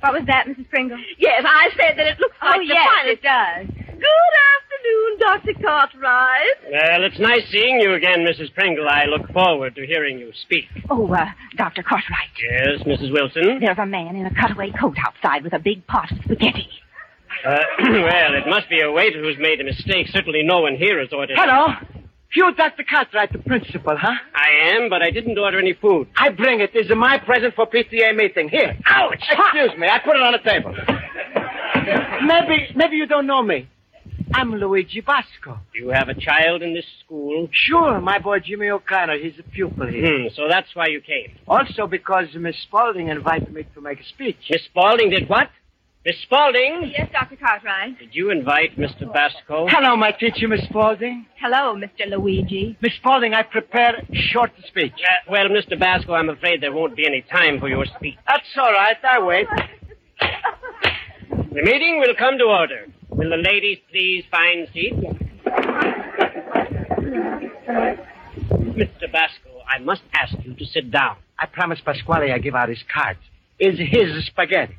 [SPEAKER 17] What was that, Mrs. Pringle?
[SPEAKER 21] Yes, I said that it looks like
[SPEAKER 17] oh,
[SPEAKER 21] the
[SPEAKER 17] yes,
[SPEAKER 21] finest.
[SPEAKER 17] it does.
[SPEAKER 21] Good afternoon, Dr. Cartwright.
[SPEAKER 22] Well, it's nice seeing you again, Mrs. Pringle. I look forward to hearing you speak.
[SPEAKER 21] Oh, uh, Dr. Cartwright.
[SPEAKER 22] Yes, Mrs. Wilson?
[SPEAKER 21] There's a man in a cutaway coat outside with a big pot of spaghetti.
[SPEAKER 22] Uh, (clears throat) well, it must be a waiter who's made a mistake. Certainly no one here has ordered.
[SPEAKER 15] Hello? You, Dr. Cartwright, the principal, huh?
[SPEAKER 22] I am, but I didn't order any food.
[SPEAKER 15] I bring it. This is my present for PTA meeting. Here. Ouch! Excuse me. I put it on the table. maybe, maybe you don't know me. I'm Luigi Basco.
[SPEAKER 22] You have a child in this school?
[SPEAKER 15] Sure, my boy Jimmy O'Connor. He's a pupil here.
[SPEAKER 22] Hmm, so that's why you came.
[SPEAKER 15] Also because Miss Spaulding invited me to make a speech.
[SPEAKER 22] Miss Spaulding did what? Miss Spaulding?
[SPEAKER 17] Yes, Dr. Cartwright.
[SPEAKER 22] Did you invite Mr. Basco?
[SPEAKER 15] Hello, my teacher, Miss Spaulding.
[SPEAKER 17] Hello, Mr. Oh, Luigi.
[SPEAKER 15] Miss Spaulding, I prepared a short speech.
[SPEAKER 22] Uh, well, Mr. Basco, I'm afraid there won't be any time for your speech.
[SPEAKER 15] That's all right. I wait.
[SPEAKER 22] The meeting will come to order. Will the ladies please find seats? Mr. Basco, I must ask you to sit down.
[SPEAKER 15] I promised Pasquale I'd give out his cards. Is his spaghetti.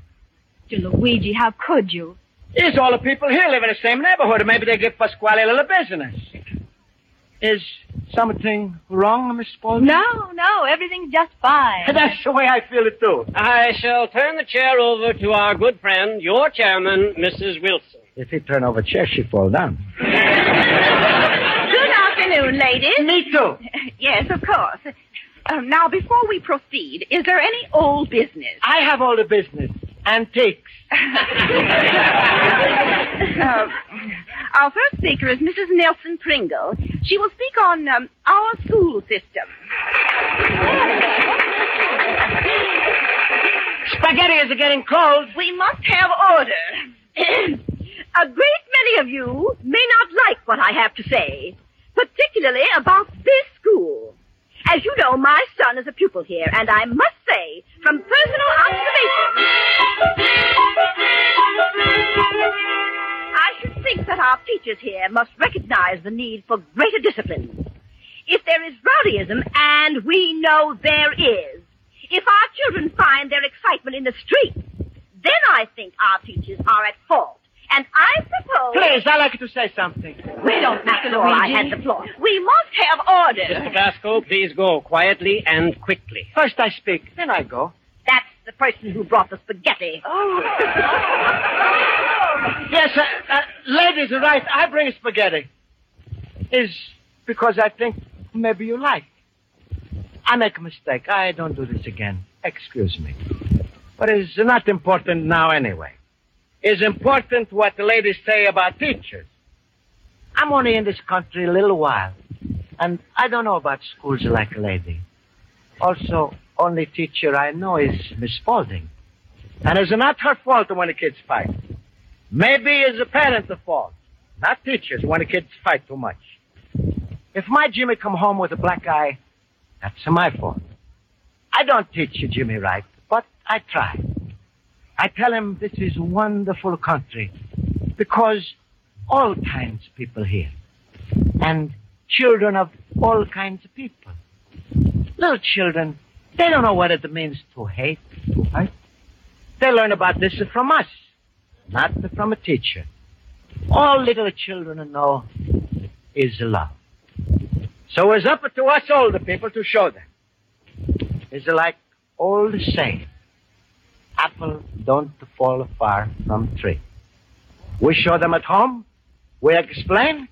[SPEAKER 21] Mr. Luigi, how could you?
[SPEAKER 15] Is all the people here live in the same neighborhood? Maybe they give Pasquale a little business. Is something wrong, Miss Spaulding?
[SPEAKER 17] No, no, everything's just fine.
[SPEAKER 15] (laughs) That's the way I feel it, too.
[SPEAKER 22] I shall turn the chair over to our good friend, your chairman, Mrs. Wilson.
[SPEAKER 15] If he turn over a chair, she fall down.
[SPEAKER 17] Good afternoon, ladies.
[SPEAKER 15] Me too.
[SPEAKER 21] (laughs)
[SPEAKER 17] yes, of course.
[SPEAKER 21] Um, now, before we proceed, is there any old business?
[SPEAKER 15] I have all the business. Antiques.
[SPEAKER 21] Um, our first speaker is Mrs. Nelson Pringle. She will speak on um, our school system.
[SPEAKER 15] Spaghetti is getting cold.
[SPEAKER 21] We must have order. A great many of you may not like what I have to say, particularly about this school. As you know, my son is a pupil here, and I must say, from personal observation, I should think that our teachers here must recognize the need for greater discipline. If there is rowdyism, and we know there is, if our children find their excitement in the street, then I think our teachers are at fault. And I propose...
[SPEAKER 15] Please, I'd like to say something.
[SPEAKER 21] We don't have to know I had the floor. We must have order.
[SPEAKER 22] Mr. Basco, please go quietly and quickly.
[SPEAKER 15] First I speak, then I go. Oh,
[SPEAKER 21] That's the person who brought the spaghetti.
[SPEAKER 15] Yes, uh, uh, ladies are right. I bring spaghetti. Is because I think maybe you like. I make a mistake. I don't do this again. Excuse me. But it's not important now anyway. It's important what the ladies say about teachers. I'm only in this country a little while, and I don't know about schools like a lady. Also, only teacher I know is Miss Spalding. And it's not her fault when the kids fight. Maybe it's the parents' the fault, not teachers when the kids fight too much. If my Jimmy come home with a black eye, that's my fault. I don't teach you Jimmy right, but I try. I tell him this is wonderful country because all kinds of people here and children of all kinds of people. Little children, they don't know what it means to hate, to hurt. They learn about this from us, not from a teacher. All little children know is love. So it's up to us older people to show them. It's like old saying, apple don't fall far from tree. We show them at home, we explain,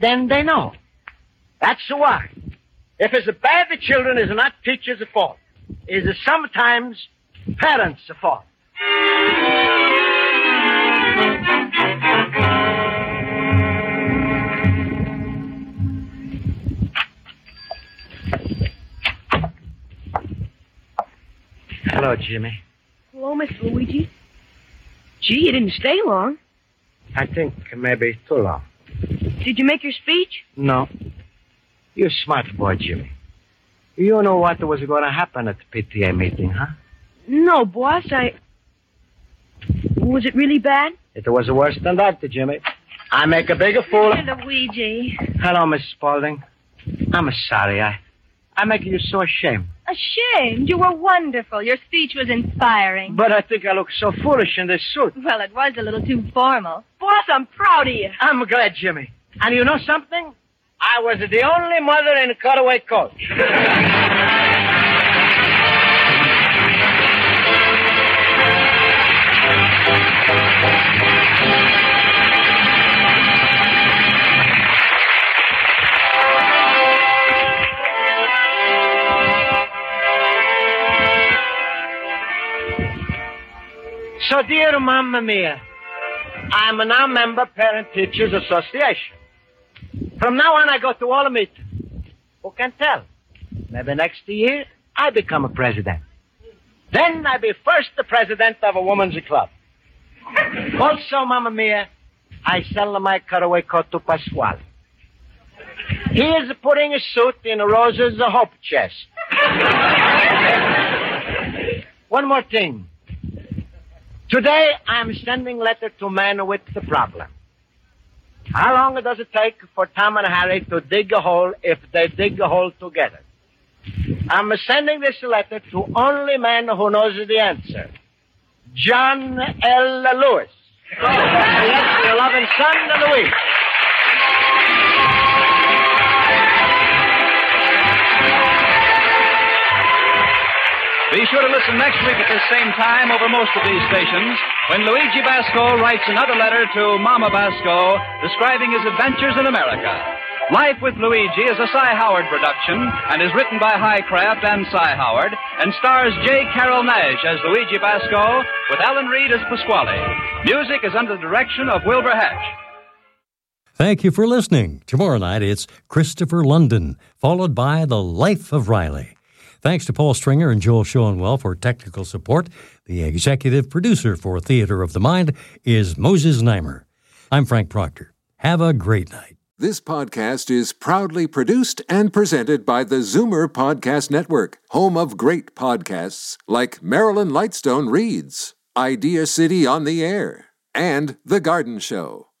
[SPEAKER 15] then they know. That's why. If it's bad the children, it's not teachers' fault. It's sometimes parents' fault. Hello, Jimmy.
[SPEAKER 16] Hello, Miss Luigi. Gee, you didn't stay long.
[SPEAKER 15] I think maybe too long.
[SPEAKER 16] Did you make your speech?
[SPEAKER 15] No. You're a smart boy, Jimmy. You know what was going to happen at the PTA meeting, huh?
[SPEAKER 16] No, boss. I. Was it really bad?
[SPEAKER 15] It was worse than that, Jimmy. I make a bigger fool.
[SPEAKER 16] Luigi.
[SPEAKER 15] Hello, Miss Spaulding. I'm sorry. I, I make you so ashamed.
[SPEAKER 17] Ashamed. You were wonderful. Your speech was inspiring.
[SPEAKER 15] But I think I look so foolish in this suit.
[SPEAKER 17] Well, it was a little too formal.
[SPEAKER 16] Boss, I'm proud of you.
[SPEAKER 15] I'm glad, Jimmy. And you know something? I was the only mother in a cutaway coat. So, dear Mamma Mia, I'm a now member Parent Teachers Association. From now on, I go to all the meetings. Who can tell? Maybe next year, I become a president. Then I be first the president of a woman's club. also, Mamma Mia, I sell my cutaway coat to Pasquale. He is putting a suit in Rosa's hope chest. One more thing. Today, I'm sending letter to man with the problem. How long does it take for Tom and Harry to dig a hole if they dig a hole together? I'm sending this letter to only man who knows the answer. John L. Lewis. (laughs) Yes, your loving son, Louise.
[SPEAKER 14] Be sure to listen next week at this same time over most of these stations when Luigi Basco writes another letter to Mama Basco describing his adventures in America. Life with Luigi is a Cy Howard production and is written by Highcraft and Cy Howard and stars J. Carol Nash as Luigi Basco with Alan Reed as Pasquale. Music is under the direction of Wilbur Hatch.
[SPEAKER 2] Thank you for listening. Tomorrow night it's Christopher London, followed by The Life of Riley. Thanks to Paul Stringer and Joel Schoenwell for technical support. The executive producer for Theater of the Mind is Moses Neimer. I'm Frank Proctor. Have a great night.
[SPEAKER 1] This podcast is proudly produced and presented by the Zoomer Podcast Network, home of great podcasts like Marilyn Lightstone Reads, Idea City on the Air, and The Garden Show.